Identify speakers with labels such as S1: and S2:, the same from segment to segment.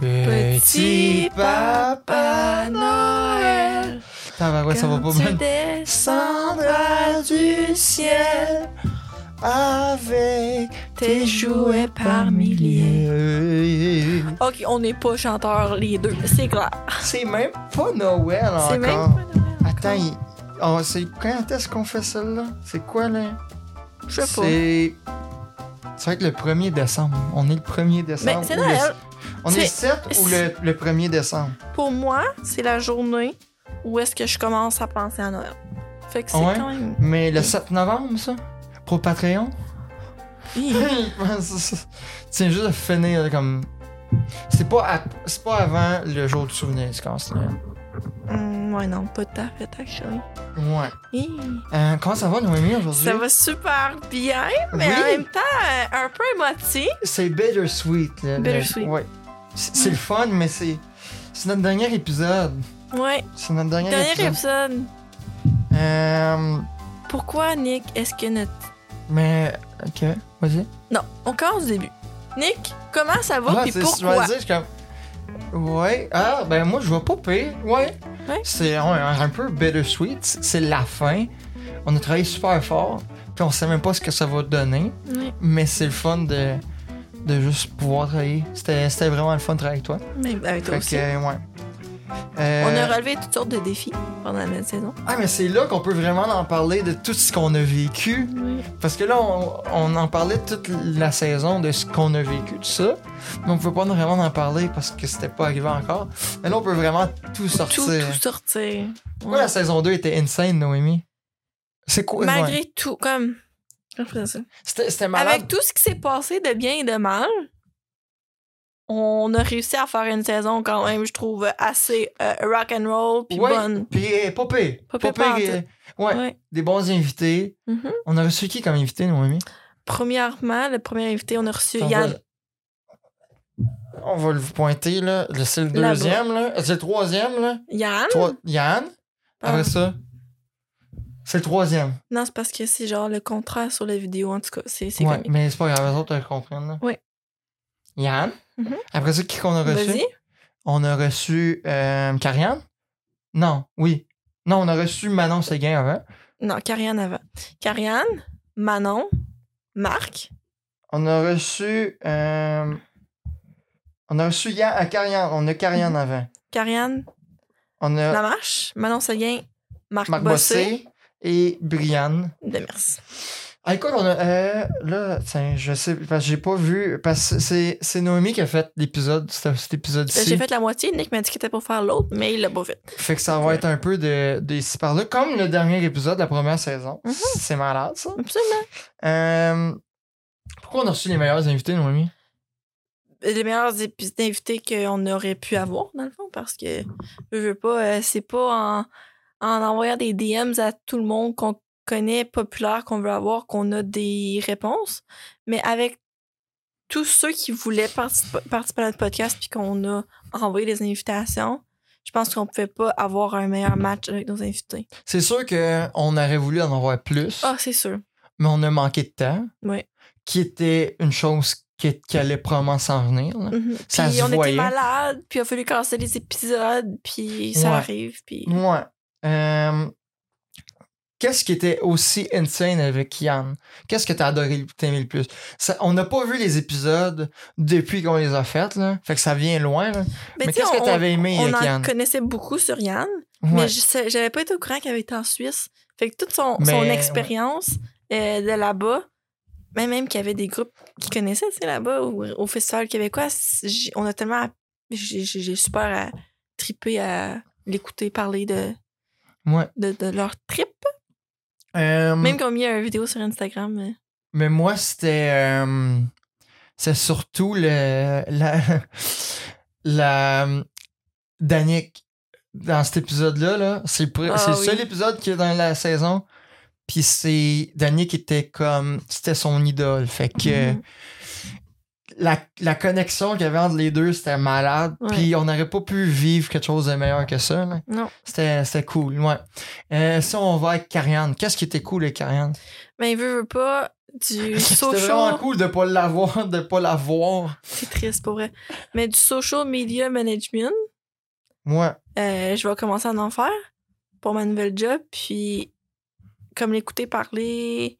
S1: Petit
S2: papa Noël,
S1: Putain, bah ouais, ça va pas mal.
S2: descendras du ciel
S1: Avec
S2: tes jouets par milliers.
S1: milliers.
S2: Ok, on n'est pas chanteurs les deux, c'est clair.
S1: Ah. C'est même pas Noël Ah, encore.
S2: C'est même pas Noël.
S1: Attends, il- oh, c'est quand est-ce qu'on fait celle-là? C'est quoi, là?
S2: Je sais pas.
S1: C'est... C'est vrai que le 1er décembre. On est le 1er décembre.
S2: Mais Ben, c'est
S1: ou le-
S2: Noël.
S1: On est le
S2: C'est-
S1: 7 ou le, le 1er décembre?
S2: Pour moi, c'est la journée où est-ce que je commence à penser à Noël. Fait que c'est
S1: Ouais.
S2: quand même.
S1: Mais le 7 novembre, ça? Pour Patreon?
S2: Hi.
S1: Tiens, juste à finir comme. C'est pas, à- c'est pas avant le jour du souvenir, c'est quand c'est.
S2: Hum, ouais, non, pas tout à fait, actually.
S1: Ouais.
S2: Hi.
S1: Euh, comment ça va, Noémie, aujourd'hui?
S2: Ça va super bien, mais
S1: Oui.
S2: en même temps, euh, un peu émotif.
S1: C'est bittersweet. Là, le-
S2: Bittersweet.
S1: Ouais. C'est c'est le fun, mais c'est. C'est notre dernier épisode.
S2: Ouais,
S1: C'est notre dernier,
S2: dernier
S1: épisode.
S2: épisode.
S1: Euh,
S2: Pourquoi, Nick, est-ce que notre.
S1: mais. Ok, vas-y.
S2: Non, on commence au début. Nick, comment ça va, puis
S1: c'est ce que je
S2: pourquoi?
S1: vais dire, je suis comme. Ouais, ah, ben moi, je vois pas pire. Ouais.
S2: Ouais.
S1: C'est un, un peu bittersweet. C'est c'est la fin. On a travaillé super fort. Puis on sait même pas ce que ça va donner.
S2: Oui,
S1: Mais c'est le fun de, de juste pouvoir travailler. C'était c'était vraiment le fun de travailler avec toi.
S2: mais avec Eh ben, toi
S1: Fait
S2: aussi.
S1: que, ouais. Euh,
S2: On a relevé toutes sortes de défis pendant la même saison.
S1: Ah, mais c'est là qu'on peut vraiment en parler de tout ce qu'on a vécu.
S2: Oui.
S1: Parce que là, on, on en parlait toute la saison de ce qu'on a vécu, tout ça. Mais on peut pas vraiment en parler parce que c'était pas arrivé encore. Mais là, on peut vraiment tout sortir.
S2: Tout, tout sortir.
S1: Pourquoi la saison 2 était insane, Noémie? C'est quoi?
S2: Malgré
S1: ouais.
S2: tout, comme. Comment je pourrais dire ça?
S1: C'était c'était malade.
S2: Avec tout ce qui s'est passé de bien et de mal, on a réussi à faire une saison quand même, je trouve, assez euh, rock and roll puis
S1: Ouais.
S2: bonne.
S1: Puis, eh, pas pire.
S2: Pas pire pantoute.
S1: euh, ouais,
S2: Ouais.
S1: des bons invités.
S2: Mhm.
S1: On a reçu qui comme invité, Noémie?
S2: Premièrement, le premier invité, on a reçu
S1: On
S2: Yann.
S1: va- On va le vous pointer, là. Le- C'est le
S2: Là-bas.
S1: deuxième, là. C'est le troisième, là.
S2: Yann?
S1: Trois- Yann. Après
S2: Ah.
S1: ça, c'est le troisième.
S2: Non, c'est parce que c'est genre le contrat sur la vidéo, en tout cas. C'est c'est
S1: Ouais,
S2: comique.
S1: mais c'est pas grave, les autres, elles comprennent, là.
S2: Ouais.
S1: Yann.
S2: Mhm.
S1: Après ça, qui qu'on a reçu?
S2: Vas-y.
S1: On a reçu euh, Karianne? Non, oui. Non, on a reçu Manon Séguin hein. avant.
S2: Non, Karianne avant. Karianne, Manon, Marc.
S1: On a reçu... euh, On a reçu Yann à Karianne. On a Karianne
S2: Mm-hmm.
S1: avant.
S2: Karianne,
S1: On a
S2: Lamarche, Manon Seguin, Marc,
S1: Euh. Marc
S2: Bossé. Ben,
S1: Bossé et Brianne.
S2: Demers.
S1: Ah, écoute, on a. euh, là, tiens, je sais, parce que j'ai pas vu. Parce que c'est, c'est Noémie qui a fait l'épisode, cet, cet épisode-ci.
S2: Ben, J'ai fait la moitié. Nick m'a dit qu'il était pour faire l'autre, mais il l'a pas fait.
S1: Fait que ça va être un peu de, de ici par là, comme le dernier épisode de la première saison.
S2: Mhm.
S1: C'est malade, ça.
S2: Absolument.
S1: Euh, pourquoi on a reçu les meilleurs invités, Noémie
S2: Les meilleurs épi- invités qu'on aurait pu avoir, dans le fond, parce que je veux pas, euh, c'est pas en, en envoyant des DMs à tout le monde qu'on connaît, populaire, qu'on veut avoir, qu'on a des réponses. Mais avec tous ceux qui voulaient participer, participer à notre podcast puis qu'on a envoyé des invitations, je pense qu'on pouvait pas avoir un meilleur match avec nos invités.
S1: C'est sûr qu'on aurait voulu en avoir plus,
S2: Ah, c'est sûr.
S1: mais on a manqué de temps.
S2: Ouais.
S1: Qui était une chose qui, qui allait probablement s'en venir. là.
S2: Mhm.
S1: Ça
S2: puis
S1: se
S2: on
S1: voyait.
S2: était malade, puis il a fallu casser les épisodes, puis ça
S1: Ouais.
S2: arrive, puis
S1: Ouais. Euh, Qu'est-ce qui était aussi insane avec Yann? Qu'est-ce que t'as adoré, le- t'aimais le plus? Ça- on n'a pas vu les épisodes depuis qu'on les a faites, là. Fait que ça vient loin, là. Mais,
S2: tu sais,
S1: qu'est-ce que
S2: on-
S1: t'avais aimé
S2: on
S1: avec
S2: en
S1: Yann?
S2: connaissait beaucoup sur Yann,
S1: euh, Ouais.
S2: mais je sais- j'avais pas été au courant qu'il avait été en Suisse. Fait que toute son,
S1: Mais,
S2: son
S1: ouais.
S2: expérience euh, de là-bas, même, même qu'il y avait des groupes qui connaissaient, tu sais, là-bas, au, au Festival québécois, c'est- j'ai- on a tellement. J'ai j'ai- j'ai super à triper à l'écouter parler de,
S1: Ouais.
S2: de, de leur trip.
S1: Euh,
S2: Même qu'on a mis une vidéo sur Instagram. euh,
S1: Mais moi, c'était. euh, c'est surtout le. La. la Danick, dans cet épisode-là, là, c'est le pr-
S2: Ah
S1: c'est le
S2: oui.
S1: seul épisode qui est dans la saison. Puis c'est. Danick était comme. C'était son idole. Fait que.
S2: Mhm.
S1: La, la connexion qu'il y avait entre les deux, c'était malade.
S2: Ouais.
S1: Puis on n'aurait pas pu vivre quelque chose de meilleur que ça. là.
S2: Non.
S1: C'était c'était cool, ouais. Euh, si on va avec Karianne, qu'est-ce qui était cool avec Karianne?
S2: Mais veut, veut pas, du
S1: C'était vraiment
S2: social.
S1: cool de pas l'avoir, de pas l'avoir.
S2: C'est triste pour vrai. Mais du social media management,
S1: Moi,
S2: euh, je vais commencer à en faire pour ma nouvelle job. Puis, comme l'écouter parler,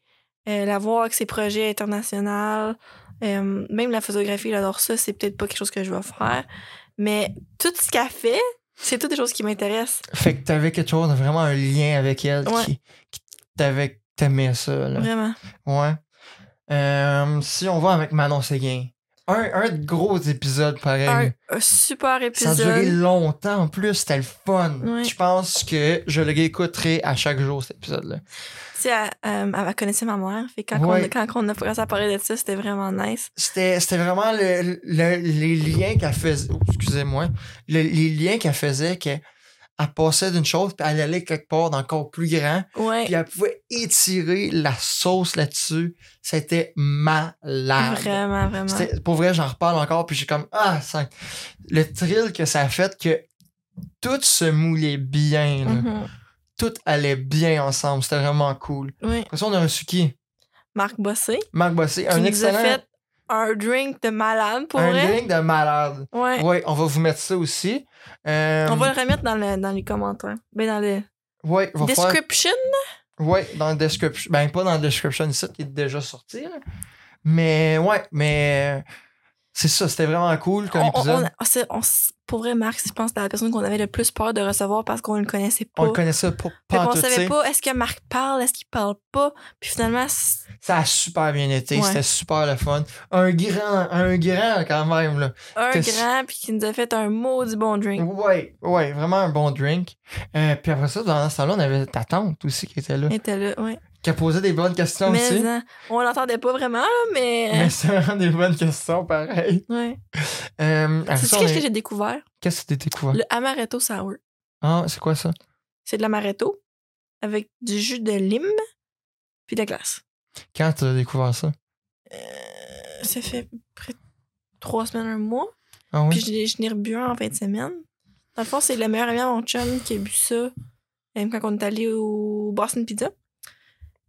S2: euh, la voir avec ses projets internationaux, euh, même la photographie, j'adore ça. C'est peut-être pas quelque chose que je vais faire. Mais tout ce qu'elle fait, c'est toutes des choses qui m'intéressent.
S1: fait que t'avais quelque chose, de vraiment un lien avec elle
S2: Ouais.
S1: qui, qui t'avait, t'aimais ça, là.
S2: Vraiment.
S1: Ouais. Euh, si on va avec Manon Séguin. Un, un gros épisode pareil.
S2: Un, un super
S1: Ça a duré
S2: épisode.
S1: longtemps en plus, c'était le fun.
S2: Ouais.
S1: Je pense que je le réécouterai à chaque jour cet épisode-là.
S2: Tu sais, elle, euh, elle connaissait ma mère. Fait quand,
S1: Ouais.
S2: on, quand on a commencé à parler de ça, c'était vraiment nice.
S1: C'était c'était vraiment le, le- les liens qu'elle faisait. oh, Excusez-moi. Le- les liens qu'elle faisait que elle passait d'une chose, puis elle allait quelque part d'encore plus grand,
S2: Ouais.
S1: puis elle pouvait étirer la sauce là-dessus. C'était malade.
S2: Vraiment, vraiment.
S1: C'était- Pour vrai, j'en reparle encore, puis j'ai comme, ah, ça, le thrill que ça a fait que tout se moulait bien, là.
S2: Mhm.
S1: tout allait bien ensemble, c'était vraiment cool.
S2: Oui.
S1: Après ça, on a reçu qui?
S2: Marc Bossé.
S1: Marc Bossé,
S2: qui
S1: un
S2: nous
S1: excellent,
S2: a fait un drink de malade pour
S1: un
S2: vrai.
S1: drink de malade.
S2: Ouais.
S1: Ouais, on va vous mettre ça aussi. Euh,
S2: On va le remettre dans, le- dans les commentaires. Ben, dans le
S1: ouais, on va faire-
S2: description.
S1: ouais, dans le description, ben pas dans le description ici qui est déjà sorti, là. mais ouais, mais c'est ça, c'était vraiment cool comme
S2: On- on-
S1: épisode.
S2: on- c'est- on s- pour vrai, Marc, je pense que c'était la personne qu'on avait le plus peur de recevoir parce qu'on le connaissait pas.
S1: On, le connaissait pas,
S2: Fait
S1: pas en
S2: qu'on
S1: tout, tu
S2: savait
S1: sais.
S2: pas, est-ce que Marc parle, est-ce qu'il parle pas. Puis finalement, c'est-
S1: Ça a super bien été,
S2: Ouais.
S1: c'était super le fun. Un grand, un grand quand même, là.
S2: un
S1: T'es-
S2: grand, puis qui nous a fait un maudit bon drink.
S1: Ouais, ouais, vraiment un bon drink. Euh, puis après ça, dans ce salon, on avait ta tante aussi qui était là,
S2: Elle était là, ouais.
S1: qui a posé des bonnes questions
S2: Mais
S1: aussi.
S2: hein, on l'entendait pas vraiment, là, mais.
S1: Mais c'est vraiment des bonnes questions, pareil.
S2: Ouais.
S1: Euh, après
S2: C'est
S1: ça,
S2: qu'est-ce
S1: on est-
S2: que j'ai découvert?
S1: Qu'est-ce que t'as découvert?
S2: Le amaretto sour.
S1: Ah, c'est quoi ça?
S2: C'est de l'amaretto avec du jus de lime puis de la glace.
S1: Quand t'as découvert ça?
S2: Euh, ça fait près de trois semaines, un mois.
S1: Ah oui?
S2: Puis je l'ai- je n'ai rebu un en fin de semaine. Dans le fond, c'est le meilleur ami à mon chum qui a bu ça même quand on est allé au Boston Pizza.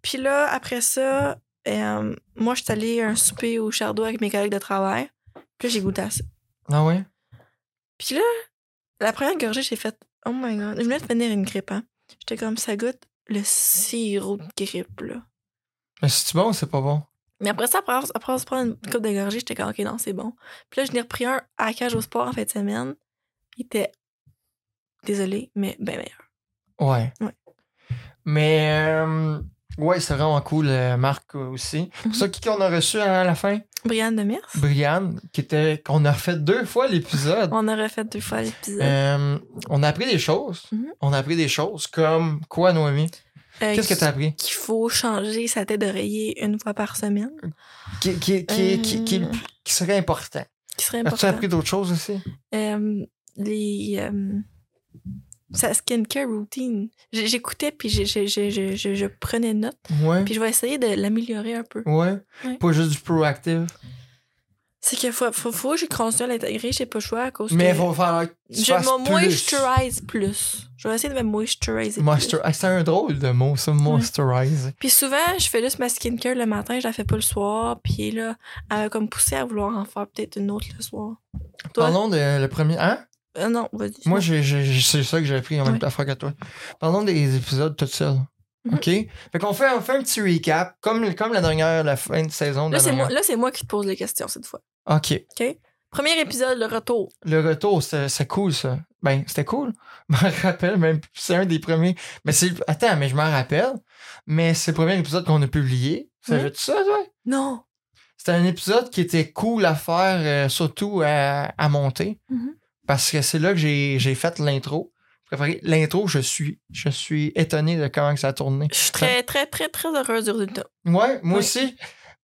S2: Puis là, après ça, euh, moi, je suis allée à un souper au Chardot avec mes collègues de travail. Puis là, j'ai goûté à ça.
S1: Ah oui?
S2: Puis là, la première gorgée, j'ai fait Oh my god. Je venais de finir une grippe, hein. J'étais comme ça goûte le sirop de grippe, là.
S1: Mais c'est-tu bon ou c'est pas bon?
S2: Mais après ça, après, après on se prend une coupe de gorgée, j'étais comme, OK, non, c'est bon. Puis là, je n'ai repris un à la cage au sport en fin de semaine. Il était, désolé, mais bien meilleur.
S1: Ouais.
S2: Ouais.
S1: Mais, euh, ouais, c'est vraiment cool, euh, Marc euh, aussi.
S2: Mhm.
S1: Pour ça, qui qu'on a reçu hein, à la fin?
S2: Brianne Demers,
S1: Ben, Brian, qui était, qu'on a fait deux fois l'épisode.
S2: on a refait deux fois l'épisode.
S1: Euh, on a appris des choses.
S2: Mhm.
S1: On a appris des choses comme quoi, Noémie?
S2: Euh,
S1: Qu'est-ce que t'as appris?
S2: Qu'il faut changer sa tête d'oreiller une fois par semaine,
S1: Qui, qui, qui, qui, qui,
S2: Euh.
S1: qui serait important?
S2: qui serait
S1: As-tu
S2: important.
S1: appris d'autres choses aussi?
S2: Euh, les... euh, sa skincare routine. J'ai- J'écoutais, puis j'ai- j'ai- j'ai- j'ai- je, je prenais note.
S1: Ouais.
S2: Puis je vais essayer de l'améliorer un peu.
S1: Ouais.
S2: Ouais.
S1: Pas juste du proactive.
S2: C'est qu'il faut, faut, faut que j'ai conscience de l'intégrer, j'ai pas le choix à cause
S1: Mais il
S2: que...
S1: faut falloir que tu
S2: Je
S1: fasses
S2: me
S1: plus.
S2: moisturise plus. Je vais essayer de me moisturiser
S1: Moisture-
S2: plus.
S1: Ah, C'est un drôle de mot, ça, moisturize.
S2: Puis souvent, je fais juste ma skincare le matin, je la fais pas le soir. Puis là, elle m'a comme poussé à vouloir en faire peut-être une autre le soir. Toi?
S1: Parlons de le premier. Hein?
S2: Euh, non, vas-y.
S1: Moi, j'ai- j'ai- j'ai- c'est ça que j'ai appris en même
S2: Ouais.
S1: temps que toi. Parlons des épisodes tout seul.
S2: Mhm.
S1: OK? Fait qu'on fait, on fait un petit recap, comme, comme la dernière, la fin de saison. de
S2: Là,
S1: la
S2: c'est moi,
S1: dernière.
S2: là, c'est moi qui te pose les questions cette fois.
S1: OK.
S2: Premier épisode, le retour.
S1: Le retour, c'est c'est cool, ça. Ben, c'était cool. Je m'en rappelle même. plus. C'est un des premiers. Mais c'est. Attends, mais je m'en rappelle. Mais c'est le premier épisode qu'on a publié. Ça
S2: Mhm.
S1: veut ça, toi?
S2: Non.
S1: C'était un épisode qui était cool à faire, euh, surtout à, à monter.
S2: Mhm.
S1: Parce que c'est là que j'ai j'ai fait l'intro. Préféré- L'intro, je suis, je suis étonné de comment que ça a tourné.
S2: Je suis très, très, très, très heureuse du résultat.
S1: Ouais, moi
S2: Oui.
S1: aussi.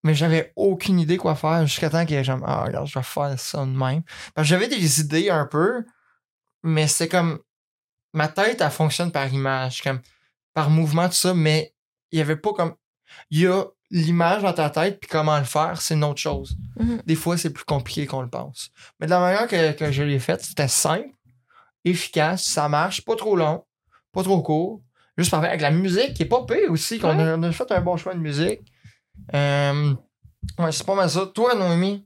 S1: Mais j'avais aucune idée quoi faire jusqu'à temps qu'il y ait genre, ah, regarde, je vais faire ça de même. Parce que j'avais des idées un peu, mais c'est comme, ma tête, elle fonctionne par image, comme, par mouvement, tout ça, mais il y avait pas comme, il y a l'image dans ta tête, puis comment le faire, c'est une autre chose.
S2: Mhm.
S1: Des fois, c'est plus compliqué qu'on le pense. Mais de la manière que, que je l'ai faite, c'était simple, efficace, ça marche, pas trop long, pas trop court. Juste parfait. Avec la musique qui est pas pire aussi, qu'on
S2: Ouais.
S1: a, on a fait un bon choix de musique. Euh, ouais, c'est pas mal ça. Toi, Noémie,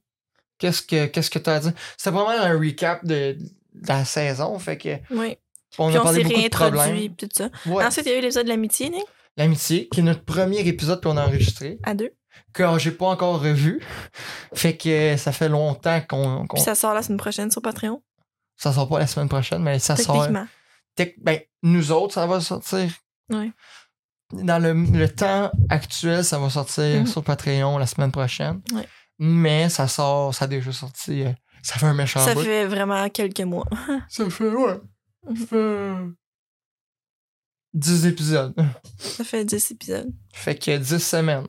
S1: qu'est-ce que qu'est-ce que t'as dit? C'était vraiment un recap de, de la saison, fait que
S2: Oui.
S1: on
S2: Puis
S1: a
S2: on
S1: parlé
S2: s'est
S1: beaucoup de
S2: réintroduit,
S1: problèmes.
S2: puis tout ça.
S1: Ouais.
S2: Ensuite, il y a eu l'épisode de l'amitié, Nick,
S1: L'amitié, qui est notre premier épisode qu'on a enregistré,
S2: à deux.
S1: que j'ai pas encore revu. Fait que ça fait longtemps qu'on. qu'on-
S2: Puis
S1: ça...
S2: ça sort la semaine prochaine sur Patreon,
S1: sort pas la semaine prochaine, mais ça sort.
S2: techniquement.
S1: Tec- ben, nous autres, ça va sortir.
S2: Ouais.
S1: Dans le, le temps actuel, ça va sortir
S2: Mhm.
S1: sur Patreon la semaine prochaine.
S2: Ouais.
S1: Mais ça sort, ça a déjà sorti. euh, Ça fait un méchant
S2: Ça
S1: bout.
S2: fait vraiment quelques mois.
S1: Ça fait, ouais.
S2: Mhm.
S1: Ça fait. euh, 10 épisodes.
S2: Ça fait 10 épisodes.
S1: Fait que 10 semaines.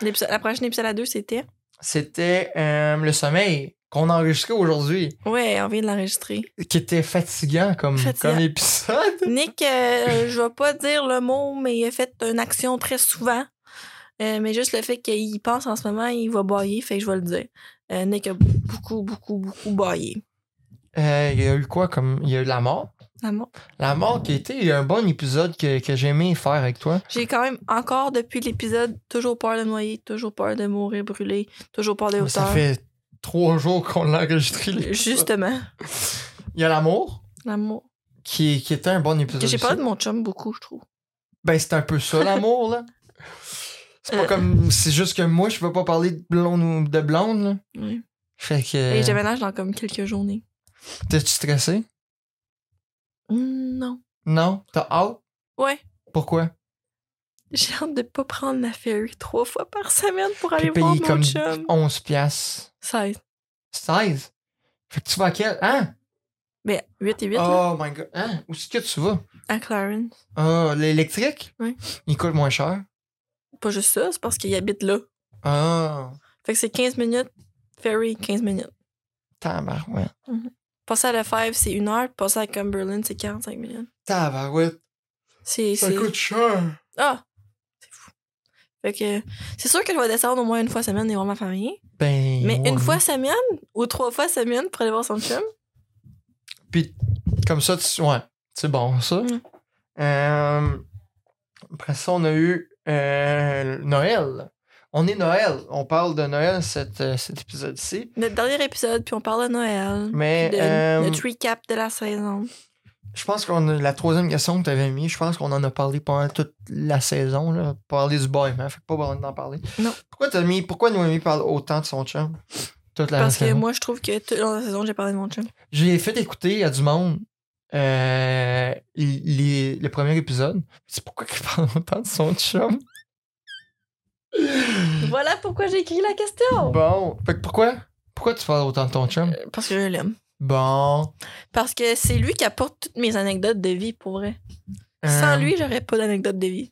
S2: L'épisode- la prochaine épisode à deux, c'était.
S1: C'était euh, le sommeil qu'on a enregistré aujourd'hui,
S2: Ouais, on vient de l'enregistrer.
S1: qui était fatigant comme,
S2: Fatigant.
S1: comme épisode.
S2: Nick, euh, je vais pas dire le mot, mais il a fait une action très souvent. Euh, mais juste le fait qu'il y pense en ce moment, il va bailler, fait que je vais le dire. Euh, Nick a beaucoup, beaucoup, beaucoup baillé.
S1: Euh, Il y a eu quoi comme. Il y a eu de la mort.
S2: Ah bon?
S1: La mort qui était un bon épisode que, que j'ai aimé faire avec toi.
S2: J'ai quand même encore depuis l'épisode toujours peur de me noyer, toujours peur de mourir brûlé, toujours peur des
S1: Mais Ça
S2: hauteurs.
S1: fait trois jours qu'on l'a enregistré. l'épisode.
S2: Justement,
S1: Il y a l'amour,
S2: l'amour.
S1: qui, qui était un bon
S2: Que
S1: épisode.
S2: j'ai parlé
S1: aussi.
S2: de mon chum beaucoup, je trouve.
S1: Ben, c'est un peu ça, l'amour, là. C'est pas
S2: Euh.
S1: comme. C'est juste que moi, je peux pas parler de blonde ou de blonde, là.
S2: Oui.
S1: Fait que.
S2: Et je déménage dans comme quelques journées.
S1: T'es-tu stressé?
S2: Mm, Non.
S1: Non? T'as hâte?
S2: Ouais.
S1: Pourquoi?
S2: J'ai hâte de pas prendre la ferry trois fois par semaine pour aller
S1: Puis
S2: voir
S1: payer
S2: mon
S1: comme
S2: chum.
S1: 11 piastres.
S2: 16.
S1: 16? Fait que tu vas à quel? Hein?
S2: Ben, 8 et 8, là,
S1: Oh my god. Hein? Où est-ce que tu vas?
S2: à Clarence.
S1: Ah, l'électrique?
S2: Oui.
S1: Il coûte moins cher.
S2: Pas juste ça, c'est parce qu'il habite là.
S1: Ah,
S2: Fait que c'est 15 minutes, ferry, 15 minutes.
S1: tabarouette.
S2: Passer à la 5, c'est 1 heure. Passer à Cumberland, c'est 45 minutes.
S1: Tabarouette.
S2: C'est. c'est-
S1: cher.
S2: Ah! C'est fou. Fait que c'est sûr que je vais descendre au moins une fois semaine et voir ma famille.
S1: Ben.
S2: Mais
S1: ouais.
S2: une fois semaine ou trois fois semaine pour aller voir son chum.
S1: Puis, comme ça, tu... ouais, c'est bon, ça.
S2: Mm.
S1: Euh, Après ça, on a eu euh, Noël. On est Noël. On parle de Noël cette, euh, cet épisode-ci.
S2: Notre dernier épisode, puis on parle de Noël.
S1: Mais
S2: Mm. de
S1: euh,
S2: notre recap de la saison.
S1: je pense qu'on a la troisième question que tu avais mis, je pense qu'on en a parlé pendant toute la saison. Là, parler du boy, hein, fait que pas besoin d'en parler.
S2: Non.
S1: Pourquoi t'as mis, pourquoi Noémie parle autant de son chum toute la
S2: Parce que
S1: saison?
S2: moi, je trouve que toute la saison, j'ai parlé de mon chum.
S1: J'ai fait écouter à du monde euh, les, le premier épisode. C'est pourquoi qu'il parle autant de son chum.
S2: Voilà pourquoi j'ai écrit la question.
S1: Bon. Fait que pourquoi? Pourquoi tu parles autant de ton chum?
S2: Parce que je l'aime.
S1: Bon.
S2: Parce que c'est lui qui apporte toutes mes anecdotes de vie, pour vrai.
S1: Euh,
S2: Sans lui, j'aurais pas d'anecdotes de vie.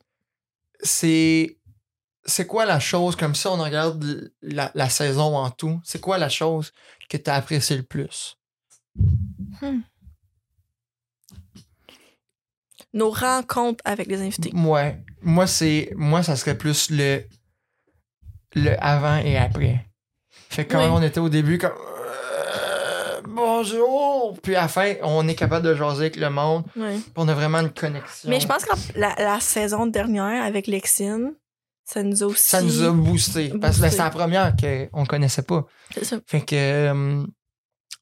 S1: C'est. C'est quoi la chose, comme ça on regarde la, la saison en tout, c'est quoi la chose que t'as apprécié le plus?
S2: Nos rencontres avec les invités.
S1: Ouais. Moi, c'est. Moi, ça serait plus le. Le avant et après. Fait que quand
S2: Oui.
S1: on était au début, comme. euh, Bonjour! Puis à la fin, on est capable de jaser avec le monde.
S2: Ouais.
S1: puis On a vraiment une connexion.
S2: Mais je pense que la, la saison dernière avec Lexine, ça nous a aussi.
S1: Ça nous a boosté. Parce que ben,
S2: Boosté.
S1: c'est la première qu'on connaissait pas.
S2: C'est ça.
S1: Fait que. euh,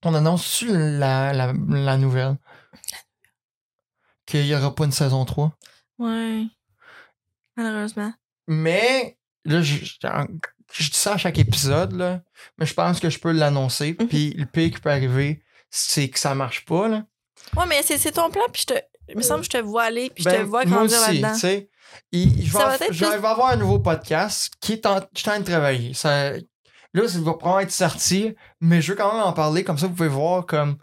S1: on annonce-tu la, la, la nouvelle? Qu'il n'y aura pas une saison 3.
S2: Ouais. Malheureusement.
S1: Mais, là, je, je- je dis ça à chaque épisode, là. Mais je pense que je peux l'annoncer.
S2: Mhm.
S1: Puis le pire qui peut arriver, c'est que ça marche pas, là.
S2: Ouais, mais c'est c'est ton plan, puis je te. Il me semble que je te vois aller, puis je te
S1: Ben,
S2: vois
S1: moi
S2: grandir
S1: aussi,
S2: là-dedans.
S1: tu sais. Il- Je vais,
S2: Ça va
S1: en-
S2: être
S1: je
S2: plus-
S1: vais avoir un nouveau podcast qui est en, je suis en train de travailler. Ça, là, ça va probablement être sorti, mais je veux quand même en parler. Comme ça, vous pouvez voir comme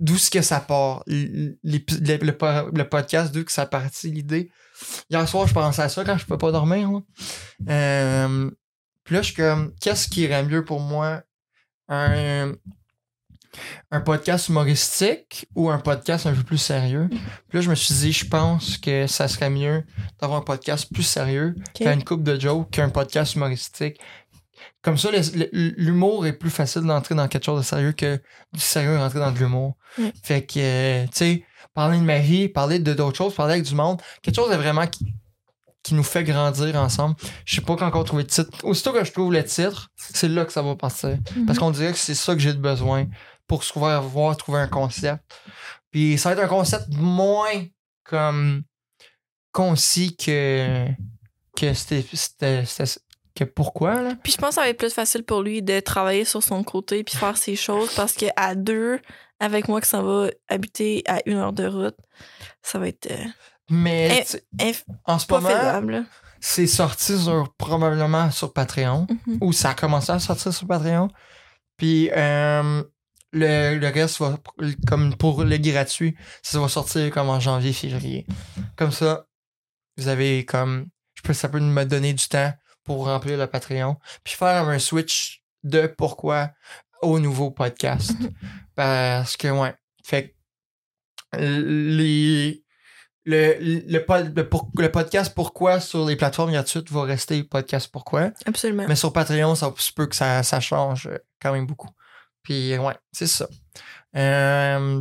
S1: d'où ce que ça part. l- l'épi- Le, le po- le podcast, d'où que ça partit, l'idée. Hier soir, je pensais à ça quand je pouvais pas dormir. là. Euh, puis là, je suis comme, qu'est-ce qui irait mieux pour moi? Un, un podcast humoristique ou un podcast un peu plus sérieux? Puis là, je me suis dit, je pense que ça serait mieux d'avoir un podcast plus sérieux,
S2: Ok.
S1: qu'à une coupe de jokes, qu'un podcast humoristique. Comme ça, le- le- l'humour est plus facile d'entrer dans quelque chose de sérieux que du sérieux rentrer dans de l'humour.
S2: Oui.
S1: Fait que, euh, tu sais, parler de Marie, parler de d'autres choses, parler avec du monde. Quelque chose de vraiment qui, qui nous fait grandir ensemble. Je sais pas encore trouvé de titre. Aussitôt que je trouve le titre, c'est là que ça va partir. Parce qu'on dirait que c'est ça que j'ai de besoin pour pouvoir voir, trouver un concept. Puis ça va être un concept moins comme concis que, que c'était- c'était c'était- que pourquoi là.
S2: Puis je pense que ça va être plus facile pour lui de travailler sur son côté puis faire ses choses parce que à deux, avec moi qui s'en va habiter à une heure de route, ça va être euh,
S1: Mais
S2: Eh,
S1: tu sais,
S2: inf-
S1: en ce
S2: pas
S1: moment,
S2: faisable. là.
S1: c'est sorti sur- probablement sur Patreon.
S2: Mhm.
S1: Ou ça a commencé à sortir sur Patreon. Puis euh, le, le reste va comme pour le gratuit, ça va sortir comme en janvier, février. Comme ça, vous avez comme. Je peux, ça peut me donner du temps pour remplir le Patreon. Puis faire un switch de pourquoi au nouveau podcast. Parce que ouais. Fait que les. Le, le, pod- le pour- le podcast Pourquoi sur les plateformes gratuites va rester podcast Pourquoi.
S2: Absolument.
S1: Mais sur Patreon, ça se peut que ça, ça change euh, quand même beaucoup. Puis euh, ouais, c'est ça. Euh,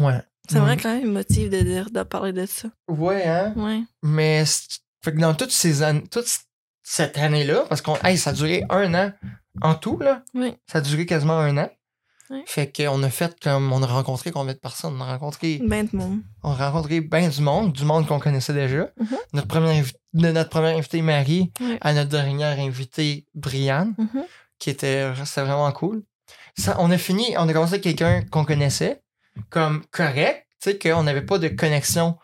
S1: ouais.
S2: Ça me rend quand même émotif de dire de parler de ça.
S1: Ouais, hein?
S2: Ouais.
S1: Mais c'est- fait que dans toutes ces années, toute c- cette année-là, parce qu'on hey, ça a duré un an en tout, là.
S2: Oui.
S1: Ça a duré quasiment un an.
S2: Oui.
S1: Fait qu'on a fait comme on a rencontré combien de personnes? On a rencontré
S2: Ben de monde.
S1: on a rencontré bien du monde, du monde qu'on connaissait déjà.
S2: Mhm.
S1: Notre première invi- de notre première invitée Marie
S2: Oui.
S1: à notre dernière invitée Brianne.
S2: Mhm.
S1: qui était c'était vraiment cool. Ça, on a fini, on a commencé avec quelqu'un qu'on connaissait, comme correct, tu sais, qu'on n'avait pas de connexion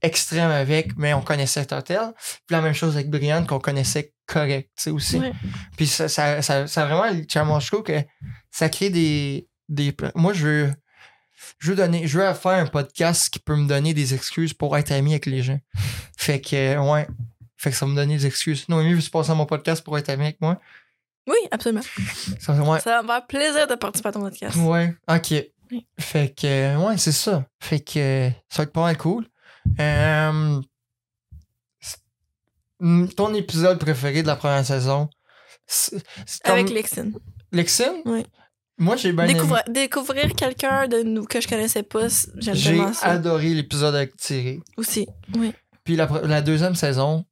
S1: extrême avec, mais on connaissait Totel. Puis la même chose avec Brian, qu'on connaissait correct, tu sais, aussi.
S2: Ouais.
S1: Puis ça, ça, ça, ça vraiment, challenge, je trouve que ça crée des, des. Moi, je veux. Je veux, donner, je veux faire un podcast qui peut me donner des excuses pour être ami avec les gens. Fait que, euh, ouais. Fait que ça me donne des excuses. Non, mieux, se passer à mon podcast pour être ami avec moi.
S2: Oui, absolument.
S1: Ça, ouais.
S2: Ça va me faire plaisir de participer à ton podcast.
S1: Ouais, ok.
S2: Oui.
S1: Fait que, euh, ouais, c'est ça. Fait que, euh, ça va être pas mal cool. Euh, c'est- mm, ton épisode préféré de la première saison, c'est c'est comme
S2: Avec Lexine.
S1: Lexine?
S2: Oui.
S1: Moi, j'ai bien aimé-
S2: Découvrir, découvrir quelqu'un de nous que je connaissais pas, c- j'aime
S1: J'ai
S2: tellement ça.
S1: adoré l'épisode avec Thierry.
S2: Aussi. Oui.
S1: Puis la, pre- la deuxième saison,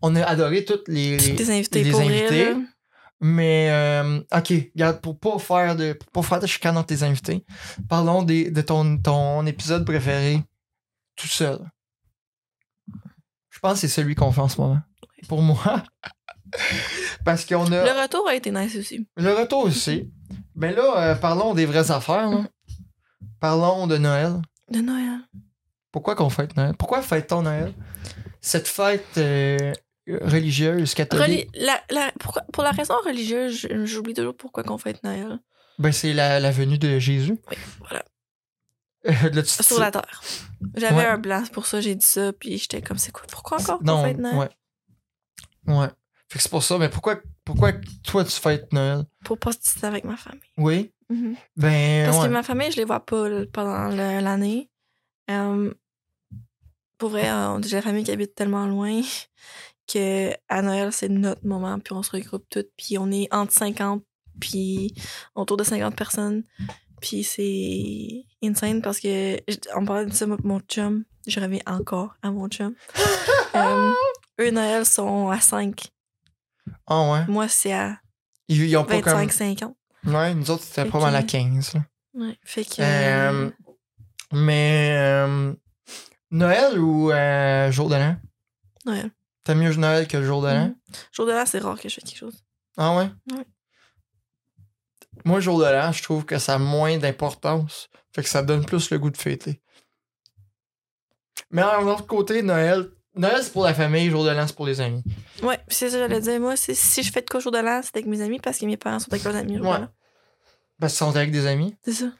S1: on a adoré toutes les...
S2: Tous tes invités
S1: les
S2: pour
S1: invités.
S2: rire. là.
S1: Mais, euh, ok, regarde, pour pas faire de, pour pas faire de chicane entre tes invités, parlons des, de ton, ton épisode préféré tout seul. Je pense que c'est celui qu'on fait en ce moment. Pour moi. Parce qu'on a.
S2: Le retour a été nice aussi.
S1: Le retour aussi. Mais là, euh, parlons des vraies affaires. là. Parlons de Noël.
S2: De Noël.
S1: Pourquoi qu'on fête Noël? Pourquoi fête-t-on Noël? Cette fête euh, religieuse, catholique,
S2: Reli- la- la- pourquoi- pour la raison religieuse, j- j'oublie toujours pourquoi qu'on fête Noël.
S1: ben, c'est la, la venue de Jésus. Euh,
S2: Oui, voilà.
S1: Là, tu-
S2: Sur la terre. J'avais
S1: Ouais.
S2: un blanc, c'est pour ça que j'ai dit ça, puis j'étais comme, c'est quoi? Pourquoi encore qu'on
S1: Non,
S2: fête Noël?
S1: ouais. Ouais. Fait que c'est pour ça, mais pourquoi, pourquoi toi tu fêtes Noël?
S2: Pour passer du temps avec ma famille.
S1: Oui.
S2: Mhm.
S1: Ben,
S2: Parce
S1: ouais.
S2: que ma famille, je les vois pas là, pendant le- l'année. Euh, pour vrai, euh, on- j'ai la famille qui habite tellement loin que à Noël, c'est notre moment, puis on se regroupe toutes, puis on est entre 50, puis autour de 50 personnes. Puis c'est insane parce que, j- on parlait de ça, moi, mon chum, je reviens encore à mon chum. Euh, eux, Noël, sont à 5.
S1: Ah ouais.
S2: Moi, c'est à
S1: Ils, ils ont pas comme.
S2: 25-50.
S1: Ouais, nous autres, c'était
S2: Fait
S1: pas mal à
S2: que-
S1: 15. là.
S2: Ouais, fait que...
S1: Euh, mais euh, Noël ou euh, jour de l'an?
S2: Noël.
S1: T'aimes mieux Noël que le jour de l'an?
S2: Mhm. Jour de l'an, c'est rare que je fasse quelque chose.
S1: Ah ouais?
S2: Ouais.
S1: Moi, jour de l'an, je trouve que ça a moins d'importance. Fait que ça donne plus le goût de fêter. Mais d'un autre côté, Noël, Noël c'est pour la famille, jour de l'an c'est pour les amis.
S2: Ouais, puis c'est ça que j'allais
S1: Mm.
S2: dire. Moi, c'est- si je fais de quoi au jour de l'an, c'est avec mes amis parce que mes parents sont avec leurs amis. au jour de
S1: Ouais.
S2: l'an.
S1: Parce qu'ils sont avec des amis.
S2: C'est ça.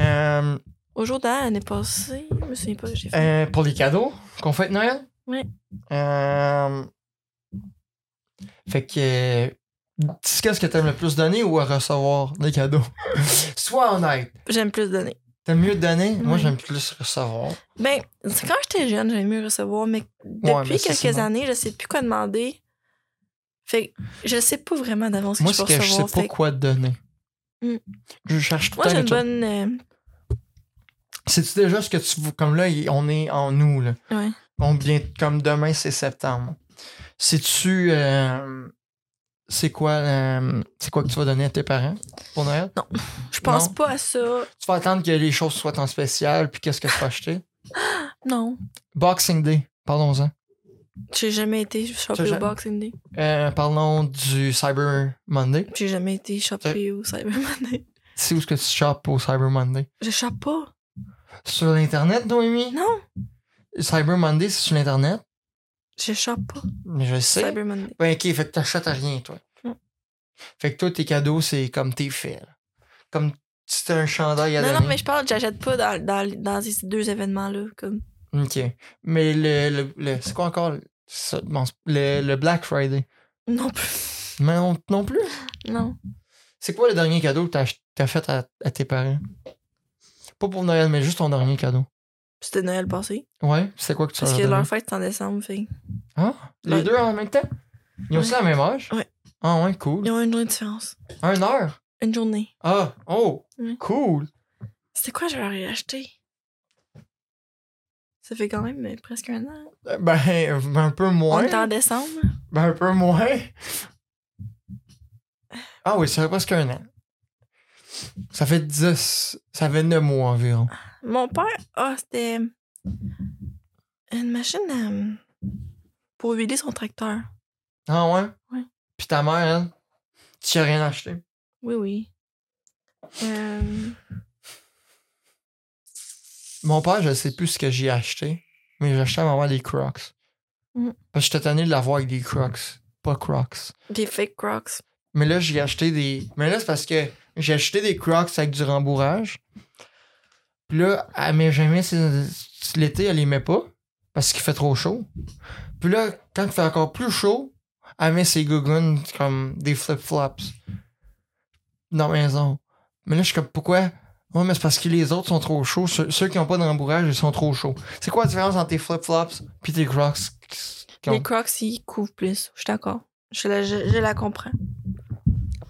S1: Euh,
S2: Au jour de l'an, l'année passée, je me souviens pas, j'ai fait.
S1: euh, pour les cadeaux qu'on fait de Noël.
S2: Oui.
S1: Euh, fait que. euh, tu- Qu'est-ce que t'aimes le plus donner ou à recevoir des cadeaux? Sois honnête.
S2: J'aime plus donner.
S1: T'aimes mieux donner? Moi,
S2: Oui.
S1: j'aime plus recevoir.
S2: Ben, c'est quand j'étais jeune, j'aimais mieux recevoir, mais depuis
S1: mais ça, c'est
S2: quelques
S1: bon.
S2: années, je sais plus quoi demander. Fait que je sais pas vraiment d'avance ce que
S1: Moi,
S2: je
S1: c'est
S2: vais
S1: que je sais
S2: recevoir.
S1: pas
S2: Fait que
S1: quoi te donner.
S2: Mm.
S1: Je cherche tout le
S2: moi,
S1: temps
S2: j'ai une
S1: quelque chose.
S2: bonne. euh,
S1: C'est-tu déjà ce que tu. Comme là, il- on est en août, là.
S2: Ouais.
S1: On vient, comme demain, c'est septembre. C'est-tu. euh, c'est quoi, euh, c'est quoi que tu vas donner à tes parents pour Noël?
S2: Je pense
S1: Non.
S2: pas à ça.
S1: Tu vas attendre que les choses soient en spécial, puis qu'est-ce que tu vas acheter?
S2: Non.
S1: Boxing Day, parlons-en.
S2: J'ai jamais été shopper
S1: jamais-
S2: au Boxing Day.
S1: Euh, parlons du Cyber Monday.
S2: J'ai jamais été shopper au Cyber Monday.
S1: C'est où est-ce que tu shoppes au Cyber Monday?
S2: Je chope pas.
S1: Sur l'Internet, Noémie?
S2: Non.
S1: Cyber Monday, c'est sur l'Internet?
S2: Je chope pas.
S1: Mais je sais.
S2: Cyber Monday.
S1: Ben, ok, fait que t'achètes à rien, toi.
S2: Non.
S1: Fait que toi, tes cadeaux, c'est comme tes faits. là. Comme si t'as un chandail à
S2: Non, non,
S1: donner.
S2: mais je parle, j'achète pas dans, dans, dans ces deux événements-là. Comme...
S1: Ok. Mais le. le, le- c'est quoi encore? ça? Bon, c'est- le, le Black Friday.
S2: Non plus.
S1: Mais non, non plus.
S2: Non.
S1: C'est quoi le dernier cadeau que t'as ach- t'as fait à, à tes parents? Pas pour Noël, mais juste ton dernier cadeau.
S2: C'était Noël passé.
S1: Ouais, c'est quoi que tu
S2: Parce
S1: leur
S2: que
S1: as donné?
S2: leur fête est en décembre, fait.
S1: Ah, les
S2: Ouais.
S1: deux en même temps? Ils ont aussi
S2: Ouais.
S1: la même âge?
S2: Ouais.
S1: Ah ouais, cool.
S2: Ils ont une journée de différence.
S1: Un heure?
S2: Une journée.
S1: Ah, oh,
S2: Ouais.
S1: cool.
S2: C'était quoi je leur ai acheté? Ça fait quand même euh, presque un an.
S1: Euh, Ben, un peu
S2: On
S1: moins.
S2: est en décembre.
S1: Ben, un peu moins. Ah oui, ça fait presque un an. Ça fait 10, ça fait 9 mois environ.
S2: Mon père, ah, c'était une machine euh, pour huiler son tracteur.
S1: Ah ouais?
S2: Ouais.
S1: Puis ta mère, elle, tu as rien acheté.
S2: Oui, oui. Euh,
S1: Mon père, je sais plus ce que j'ai acheté, mais j'ai acheté à maman des Crocs.
S2: Mm.
S1: Parce que j'étais tanné de l'avoir avec des Crocs, pas Crocs.
S2: des fake crocs.
S1: Mais là, j'ai acheté des. Mais là, c'est parce que j'ai acheté des Crocs avec du rembourrage. Puis là, elle met jamais ses- L'été, elle les met pas parce qu'il fait trop chaud. Puis là, quand il fait encore plus chaud, elle met ses gougounes comme des flip-flops dans la maison. Mais là, je suis comme, pourquoi? Ouais, mais c'est parce que les autres sont trop chauds. Ceux, ceux qui n'ont pas de rembourrage, ils sont trop chauds. C'est quoi la différence entre tes flip-flops puis tes Crocs? qui ont-
S2: Les crocs, ils couvrent plus. Je suis d'accord. Je la, je, je la comprends.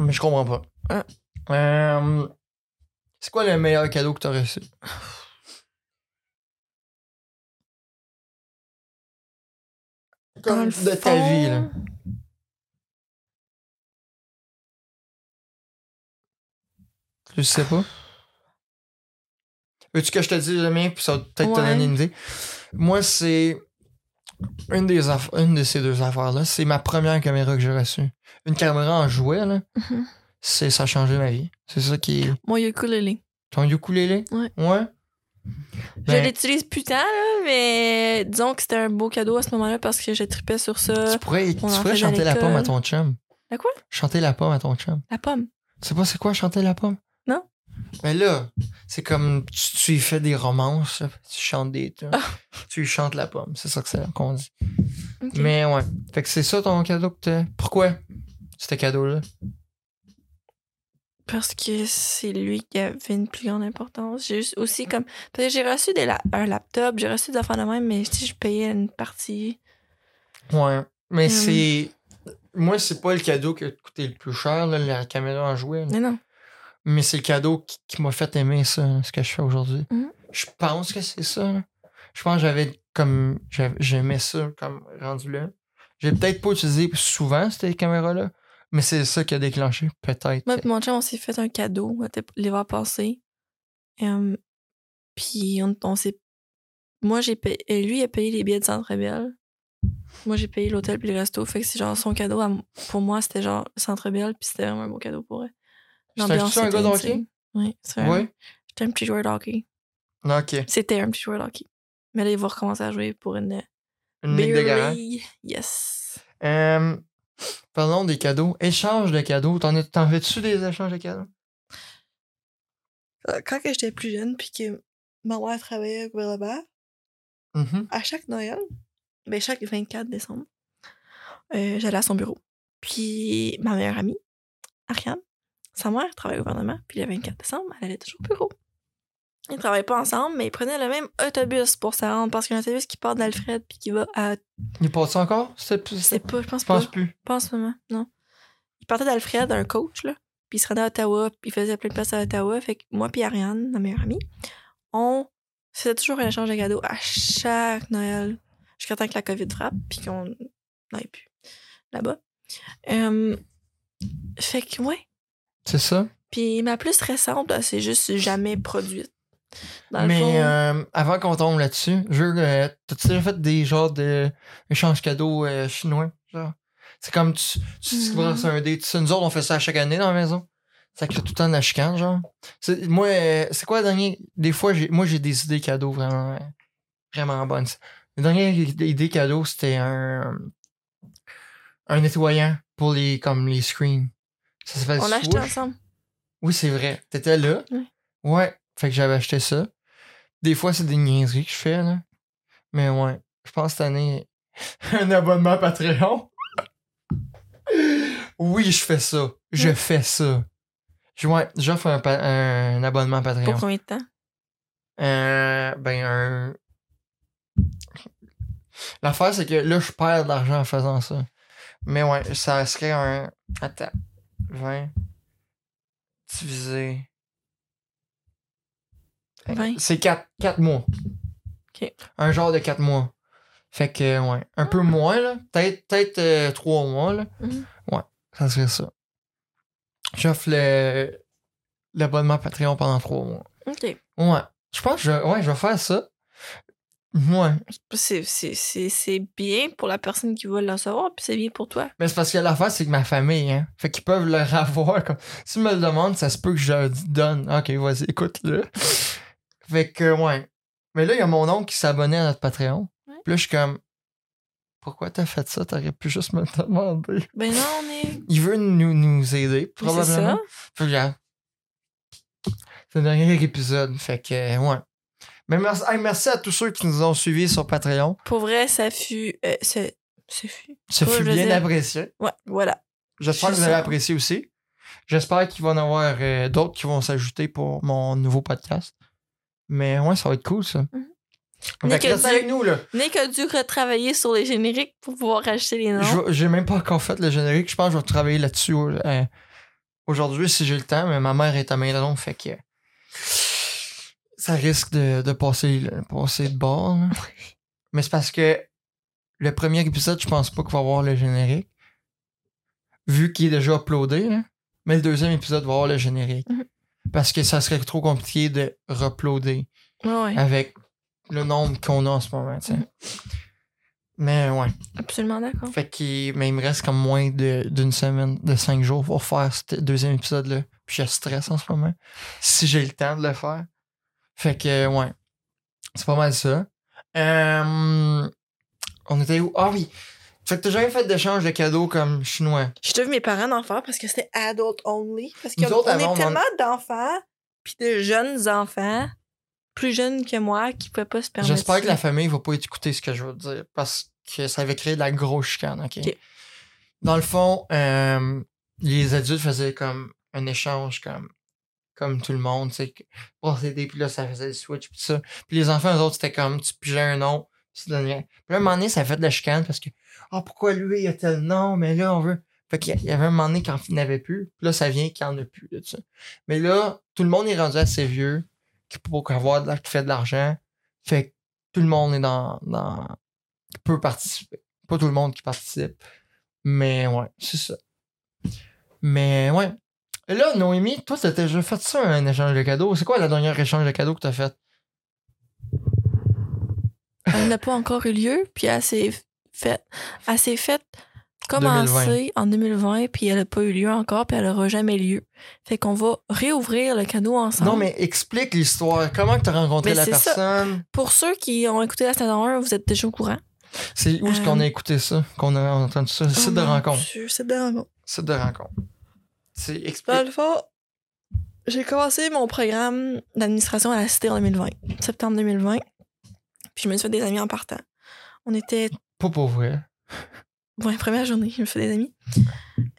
S1: Mais je comprends pas.
S2: Hein?
S1: Euh, c'est quoi le meilleur cadeau que t'as reçu?
S2: Dans
S1: Comme
S2: le
S1: de ta
S2: fond,
S1: vie, là. Je sais pas. Veux-tu que je te dise le mien, puis ça va peut-être te
S2: Ouais.
S1: donner une idée? Moi, c'est... Une, des aff- une de ces deux affaires-là, c'est ma première caméra que j'ai reçue. Une caméra en jouet, là,
S2: Mhm.
S1: c'est, ça a changé ma vie. C'est ça qui est...
S2: Mon ukulélé.
S1: Ton ukulélé?
S2: Ouais.
S1: Ouais? Ben-
S2: Je l'utilise plus tant, là, mais disons que c'était un beau cadeau à ce moment-là parce que je tripais sur ça.
S1: Tu pourrais, tu
S2: on en
S1: pourrais
S2: faisait à
S1: chanter la pomme à
S2: l'école.
S1: ton chum.
S2: La quoi?
S1: Chanter la pomme à ton chum.
S2: La pomme.
S1: Tu sais pas c'est quoi chanter la pomme?
S2: Non.
S1: Mais là, c'est comme tu, tu y fais des romances, là, tu chantes des tunes,
S2: Ah.
S1: tu lui chantes la pomme. C'est ça que c'est qu'on dit.
S2: Ok.
S1: Mais ouais. Fait que c'est ça ton cadeau que t'as. Pourquoi? C'était cadeau-là.
S2: Parce que c'est lui qui avait une plus grande importance. J'ai juste aussi comme. Parce que j'ai reçu des la- un laptop, j'ai reçu des affaires de même, mais tu sais, je payais une partie.
S1: Ouais. Mais
S2: Mm.
S1: c'est. Moi, c'est pas le cadeau qui a coûté le plus cher, là, la caméra en jouet. là.
S2: Mais non.
S1: Mais c'est le cadeau qui, qui m'a fait aimer ça, là, ce que je fais aujourd'hui.
S2: Mhm.
S1: Je pense que c'est ça. là. Je pense que j'avais comme. j'avais- J'aimais ça comme rendu là. J'ai peut-être pas utilisé souvent ces caméras-là, mais c'est ça qui a déclenché, peut-être.
S2: Moi, pis mon chum, on s'est fait un cadeau on était- l'hiver passé. Euh, puis on, on s'est. Moi, j'ai payé. euh, Lui, il a payé les billets de Centre Belle. Moi, j'ai payé l'hôtel puis le resto. Fait que c'est genre son cadeau à m- pour moi, c'était genre Centre Belle, puis c'était vraiment un beau cadeau pour elle.
S1: C'était-
S2: L'ambiance
S1: c'est un
S2: était
S1: gars de
S2: insane.
S1: hockey?
S2: Oui, c'est un,
S1: Oui?
S2: c'était un petit joueur de hockey.
S1: Ok.
S2: C'était un petit joueur de hockey. Mais là, il va recommencer à jouer pour une.
S1: Une ligue de
S2: Beer
S1: garage.
S2: League. Yes.
S1: Euh, parlons des cadeaux. Échange de cadeaux. T'en as- t'en fais-tu des échanges de cadeaux?
S2: Euh, Quand que j'étais plus jeune, puis que ma mère travaillait au là-bas,
S1: Mhm.
S2: à chaque Noël, ben chaque 24 décembre, euh, j'allais à son bureau. Puis ma meilleure amie, Ariane, sa mère travaille au gouvernement, puis le 24 décembre, elle allait toujours au bureau. Ils travaillaient pas ensemble, mais ils prenaient le même autobus pour se rendre, parce qu'il y a un autobus qui part d'Alfred puis qui va à...
S1: Il passe encore? C'est-
S2: Je
S1: c'est-
S2: sais pas, je pense
S1: Je
S2: pas.
S1: pense plus.
S2: Pas en ce moment, non. Il partait d'Alfred, un coach, là, puis il se rendait à Ottawa, puis il faisait plein de places à Ottawa. Fait que moi puis Ariane, ma meilleure amie, on C'était toujours un échange de cadeaux à chaque Noël. Jusqu'à temps que la COVID frappe, puis qu'on n'aille plus là-bas. Euh, fait que, ouais.
S1: C'est ça.
S2: Puis ma plus récente, là, c'est juste jamais produite. Dans le
S1: Mais
S2: fond,
S1: euh, avant qu'on tombe là-dessus, je veux, euh, t'as-tu déjà fait des genres d'échanges cadeaux euh, chinois? Genre? C'est comme tu, tu
S2: Mhm.
S1: brasses un dé, tout ça. Nous autres, on fait ça chaque année dans la maison. Ça crée tout le temps de la chicane, genre. C'est- moi, euh, c'est quoi le dernier? Des fois, j'ai, moi, j'ai des idées cadeaux vraiment, euh, vraiment bonnes. La dernière idée idée cadeau, c'était un, un nettoyant pour les, comme les screens. Ça s'appelle
S2: on l'a acheté
S1: Swoosh.
S2: ensemble.
S1: Oui, c'est vrai. T'étais là.
S2: Ouais.
S1: Ouais. Fait que j'avais acheté ça. Des fois, c'est des niaiseries que je fais, là. Mais ouais. Je pense cette année, un abonnement Patreon. oui, je fais ça. Je
S2: Ouais.
S1: fais ça. Je- ouais, j'offre un, pa- un abonnement Patreon.
S2: Pour combien de temps?
S1: Euh, ben, un. L'affaire, c'est que là, je perds de l'argent en faisant ça. Mais ouais, ça serait un. Attends. 20. Divisé.
S2: 20.
S1: C'est 4, mois.
S2: Ok. Ah.
S1: Un genre de 4 mois. Fait que, ouais. Un peu moins, là. Peut-être peut-être 3 mois, là.
S2: Mhm.
S1: Ouais, ça serait ça. J'offre le- l'abonnement Patreon pendant 3 mois.
S2: OK.
S1: Ouais. Je pense que je, ouais, je vais faire ça. Ouais.
S2: C'est- C'est c'est- c'est bien pour la personne qui veut le savoir, puis c'est bien pour toi.
S1: Mais c'est parce que l'affaire, c'est que ma famille, hein. Fait qu'ils peuvent le avoir. Comme... S'ils me le demandent, ça se peut que je leur dise, donne. Ok, vas-y, écoute-le. fait que, ouais. Mais là, il y a mon oncle qui s'abonnait à notre Patreon.
S2: Ouais.
S1: Puis là, je suis comme, pourquoi t'as fait ça? T'aurais pu juste me le demander.
S2: Ben non, on est.
S1: Il veut nous, nous aider,
S2: C'est
S1: probablement.
S2: ça.
S1: Puis regarde. C'est le dernier épisode. Fait que, ouais. Mais merci, hey, merci à tous ceux qui nous ont suivis sur Patreon.
S2: Pour vrai, ça fut. euh, ce- ce fut.
S1: Ça
S2: Ouais,
S1: fut
S2: je veux
S1: bien
S2: dire-
S1: apprécié.
S2: Ouais, voilà.
S1: J'espère que
S2: Je
S1: vous avez
S2: sens.
S1: apprécié aussi. J'espère qu'il va y en avoir euh, d'autres qui vont s'ajouter pour mon nouveau podcast. Mais ouais, ça va être cool, ça. Fait
S2: Mais
S1: que
S2: que
S1: restez
S2: Dieu-
S1: avec nous, là.
S2: Nick a dû retravailler sur les génériques pour pouvoir acheter les noms.
S1: Je vais- J'ai même pas encore fait le générique. Je pense que je vais travailler là-dessus euh, aujourd'hui si j'ai le temps, mais ma mère est à maison, fait que ça risque de, de passer, de passer de bord. là. mais c'est parce que le premier épisode, je pense pas qu'il va avoir le générique. Vu qu'il est déjà uploadé, là. mais le deuxième épisode va avoir le générique.
S2: Mhm.
S1: Parce que ça serait trop compliqué de uploader
S2: Ouais, ouais,
S1: avec le nombre qu'on a en ce moment. tu sais.
S2: Mhm.
S1: Mais ouais.
S2: absolument d'accord.
S1: Fait qu'il mais il me reste comme moins de- d'une semaine, de cinq jours pour faire ce deuxième épisode-là. Puis je stresse en ce moment. Si j'ai le temps de le faire. Fait que, ouais. C'est pas mal ça. Euh, on était où? Ah oui! Fait que t'as jamais fait d'échange de cadeaux comme chinois.
S2: Je devais mes parents d'en faire parce que c'était adult only. Parce qu'on
S1: Nous autres,
S2: on
S1: avant, on
S2: est
S1: en-
S2: tellement d'enfants, puis de jeunes enfants, plus jeunes que moi, qui pouvaient pas se permettre.
S1: J'espère que
S2: ça.
S1: la famille va pas écouter ce que je veux dire parce que ça avait créé de la grosse chicane, ok?
S2: Ok.
S1: Dans le fond, euh, les adultes faisaient comme un échange comme, comme tout le monde, tu sais, que- pour s'aider, puis là, ça faisait le switch, puis tout ça. Puis les enfants, eux autres, c'était comme, tu pigeais un nom, puis tu donnais. Puis là, un moment donné, ça fait de la chicane parce que, ah, pourquoi lui, il a tel nom, mais là, on veut. Fait qu'il y a- il y avait un moment donné quand il n'avait plus, puis là, ça vient qu'il n'y en a plus, là, tu sais. Mais là, tout le monde est rendu assez vieux qui- pour avoir de la- qui fait de l'argent. Fait que tout le monde est dans, dans. qui peut participer. Pas tout le monde qui participe. Mais ouais, c'est ça. Mais ouais. Et là, Noémie, toi, t'as déjà fait ça, un échange de cadeaux. C'est quoi la dernière échange de cadeaux que t'as fait?
S2: Elle n'a pas encore eu lieu, puis elle s'est faite. Elle s'est faite commencer en 2020, puis elle n'a pas eu lieu encore, puis elle n'aura jamais lieu. Fait qu'on va réouvrir le cadeau ensemble.
S1: Non, mais explique l'histoire. Comment que t'as rencontré
S2: Mais
S1: la
S2: c'est ça.
S1: personne?
S2: Pour ceux qui ont écouté la saison 1, vous êtes déjà au courant.
S1: C'est où est-ce
S2: Euh,
S1: qu'on a écouté ça? Qu'on a entendu ça?
S2: Oh
S1: Site de rencontre.
S2: C'est de rencontre.
S1: Site de rencontre. C'est
S2: Dans
S1: explique.
S2: le fond, j'ai commencé mon programme d'administration à la Cité en 2020, septembre 2020. Puis je me suis fait des amis en partant. On était.
S1: Pas pour vrai.
S2: Ouais, première journée, je me fais des amis.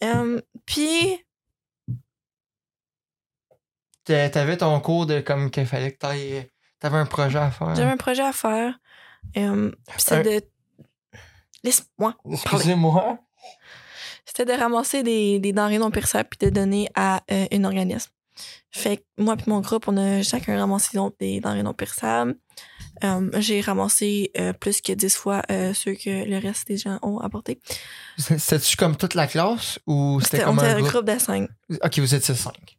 S2: Euh, puis,
S1: T'as- T'avais ton cours de comme qu'il fallait que t'ailles. T'avais un projet à faire.
S2: j'avais un projet à faire. Euh, puis c'était
S1: Un-
S2: de. Laisse-moi.
S1: Excusez-moi.
S2: C'était de ramasser des, des denrées non périssables puis de donner à euh, un organisme. Fait que moi puis mon groupe, on a chacun ramassé donc des denrées non périssables. Euh, j'ai ramassé euh, plus que 10 fois euh, ceux que le reste des gens ont apporté.
S1: C'était-tu comme toute la classe ou c'était
S2: on
S1: comme
S2: était
S1: un
S2: un
S1: groupe?
S2: groupe de 5.
S1: Ok, vous étiez cinq.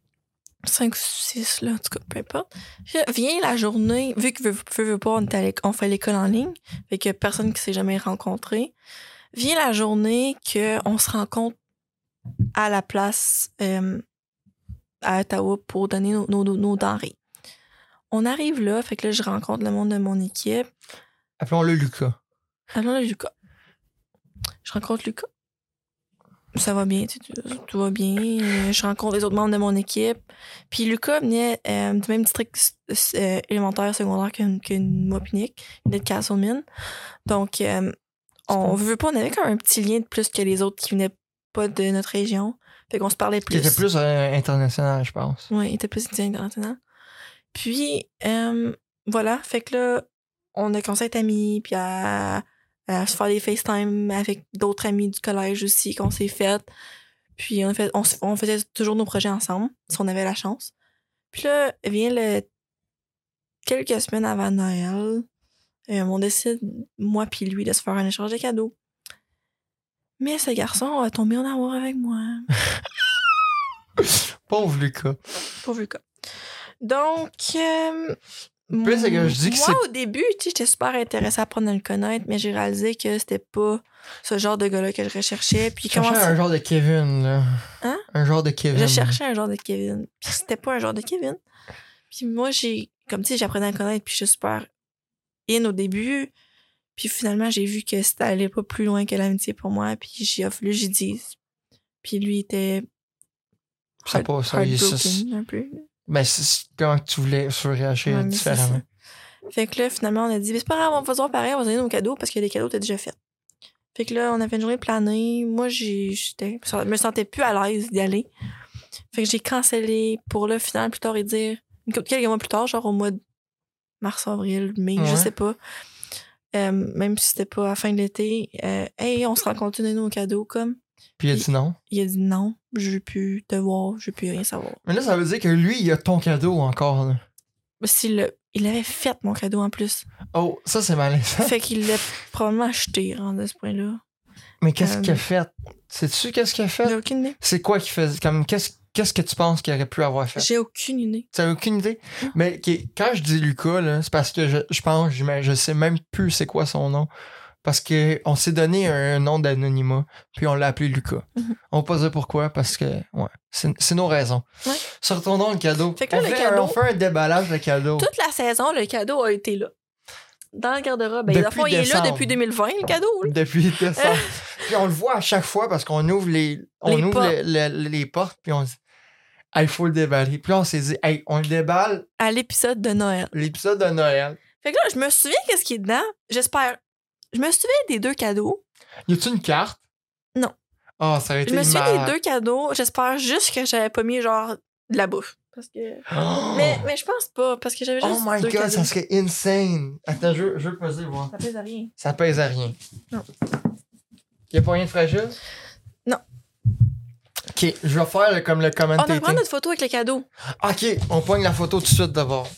S2: 5 ou 6, là, en tout cas, peu importe. Puis là, Vient la journée, vu que veut, veut, veut pas, on, est à l'éc- on fait l'école en ligne, fait que personne qui s'est jamais rencontré. Vient la journée qu'on se rencontre à la place euh, à Ottawa pour donner nos, nos- nos- nos denrées. On arrive là, fait que là, je rencontre le monde de mon équipe.
S1: Appelons-le Lucas.
S2: Allons Ah là, Lucas. Je rencontre Lucas. Ça va bien, tu- tu- tout va bien. Euh, Je rencontre les autres membres de mon équipe. Puis Lucas venait euh, du même district s- euh, élémentaire, secondaire que, que moi puis Nick. Il venait de Castlemine. Donc, euh, on veut pas, on avait comme un petit lien de plus que les autres qui venaient pas de notre région. Fait qu'on se parlait
S1: Qui était plus euh, international, je pense.
S2: oui, il était plus étudiant international. Puis, euh, voilà, fait que là, on a commencé à être amis, puis à, à se faire des FaceTime avec d'autres amis du collège aussi qu'on s'est fait. Puis, on, a fait, on, se- on faisait toujours nos projets ensemble, si on avait la chance. Puis là, vient le... quelques semaines avant Noël, euh, on décide, moi puis lui, de se faire un échange de cadeaux. Mais ce garçon a tombé en amour avec moi.
S1: Pauvre Lucas.
S2: Pauvre Lucas. Donc, euh,
S1: Puis c'est que je dis que
S2: moi,
S1: c'est-
S2: au début, tu sais, j'étais super intéressée à apprendre à le connaître, mais j'ai réalisé que c'était pas ce genre de gars-là que je recherchais. Puis
S1: Je
S2: comment
S1: cherchais un genre de Kevin, là.
S2: Hein?
S1: Un genre de Kevin.
S2: je cherchais un genre de Kevin. Puis c'était pas un genre de Kevin. Puis moi, j'ai, comme tu sais, j'apprenais à le connaître, puis j'étais super in au début. Puis finalement, j'ai vu que ça allait pas plus loin que l'amitié pour moi, puis j'ai voulu que j'y dise. Puis lui était
S1: Ça
S2: heart-
S1: passe, ça, il est-
S2: heartbroken un peu.
S1: Ben, c'est c'est comment tu voulais surréagir
S2: Ouais, mais c'est
S1: différemment.
S2: ça. Fait que là, finalement, on a dit, mais c'est pas grave, on va se voir pareil, on va se donner nos cadeaux parce que les cadeaux étaient déjà faits. Fait que là, on avait une journée planée. Moi, j'ai- j'étais, je me sentais plus à l'aise d'y aller. Fait que j'ai cancellé pour le final plus tard et dire, une couple- quelques mois plus tard, genre au mois de mars, avril, mai, je
S1: Ouais.
S2: sais pas. Euh, même si c'était pas à la fin de l'été, euh, hey, on se rencontre, donnez-nous nos cadeaux, comme.
S1: Puis il a dit non.
S2: Il a dit non, je veux plus te voir, je veux plus rien savoir.
S1: Mais là, ça veut dire que lui, il a ton cadeau encore, là.
S2: S'il l'a- il avait fait mon cadeau en plus.
S1: Oh, ça, c'est malaisant.
S2: fait qu'il l'a probablement acheté rendu à ce point-là.
S1: Mais qu'est-ce
S2: Euh,
S1: qu'il a fait? Sais-tu qu'est-ce qu'il a
S2: J'ai
S1: fait?
S2: aucune idée.
S1: C'est quoi qu'il faisait? Comme, qu'est-ce qu'est-ce que tu penses qu'il aurait pu avoir fait?
S2: J'ai aucune idée.
S1: T'as aucune idée?
S2: Mm.
S1: Mais qui- quand je dis Lucas, là, c'est parce que je, je pense, je, je sais même plus c'est quoi son nom. Parce que on s'est donné un, un nom d'anonymat, puis on l'a appelé Lucas.
S2: Mhm.
S1: On va pas dire pourquoi, parce que ouais, c'est c'est nos raisons.
S2: Ouais.
S1: Sur ton nom, le cadeau.
S2: Fait que
S1: on,
S2: là, le
S1: fait un-
S2: cadeau-
S1: on fait un déballage de cadeaux.
S2: Toute la saison, le cadeau a été là. Dans le garde-robe. Ben,
S1: Depuis
S2: au fond, il est là
S1: décembre.
S2: depuis 2020, le cadeau. là.
S1: Depuis décembre. puis on le voit à chaque fois parce qu'on ouvre les, on
S2: Les
S1: ouvre
S2: portes.
S1: le- le- les portes, puis on dit Ah, il faut le déballer. Puis là, on s'est dit Hey, on le déballe
S2: À l'épisode de Noël.
S1: l'épisode de Noël.
S2: Fait que là, je me souviens qu'est-ce qui est dedans. J'espère. Je me souviens des deux cadeaux.
S1: Y a-tu une carte
S2: Non.
S1: Ah, ça aurait
S2: Je
S1: été
S2: me souviens
S1: malade.
S2: des deux cadeaux. J'espère juste que j'avais pas mis genre de la bouffe. Parce que...
S1: Oh,
S2: mais, mais je pense pas, parce que j'avais juste
S1: Oh my
S2: deux
S1: god,
S2: cadeaux.
S1: ça serait insane. Attends, je veux, je veux peser, voir.
S2: Ça pèse à rien.
S1: Ça pèse à rien.
S2: Non.
S1: Y a pas rien de fragile
S2: Non.
S1: Ok, je vais faire le- comme le
S2: On va
S1: commentator.
S2: prendre notre photo avec les cadeaux.
S1: Ok, on pogne la photo tout de suite d'abord.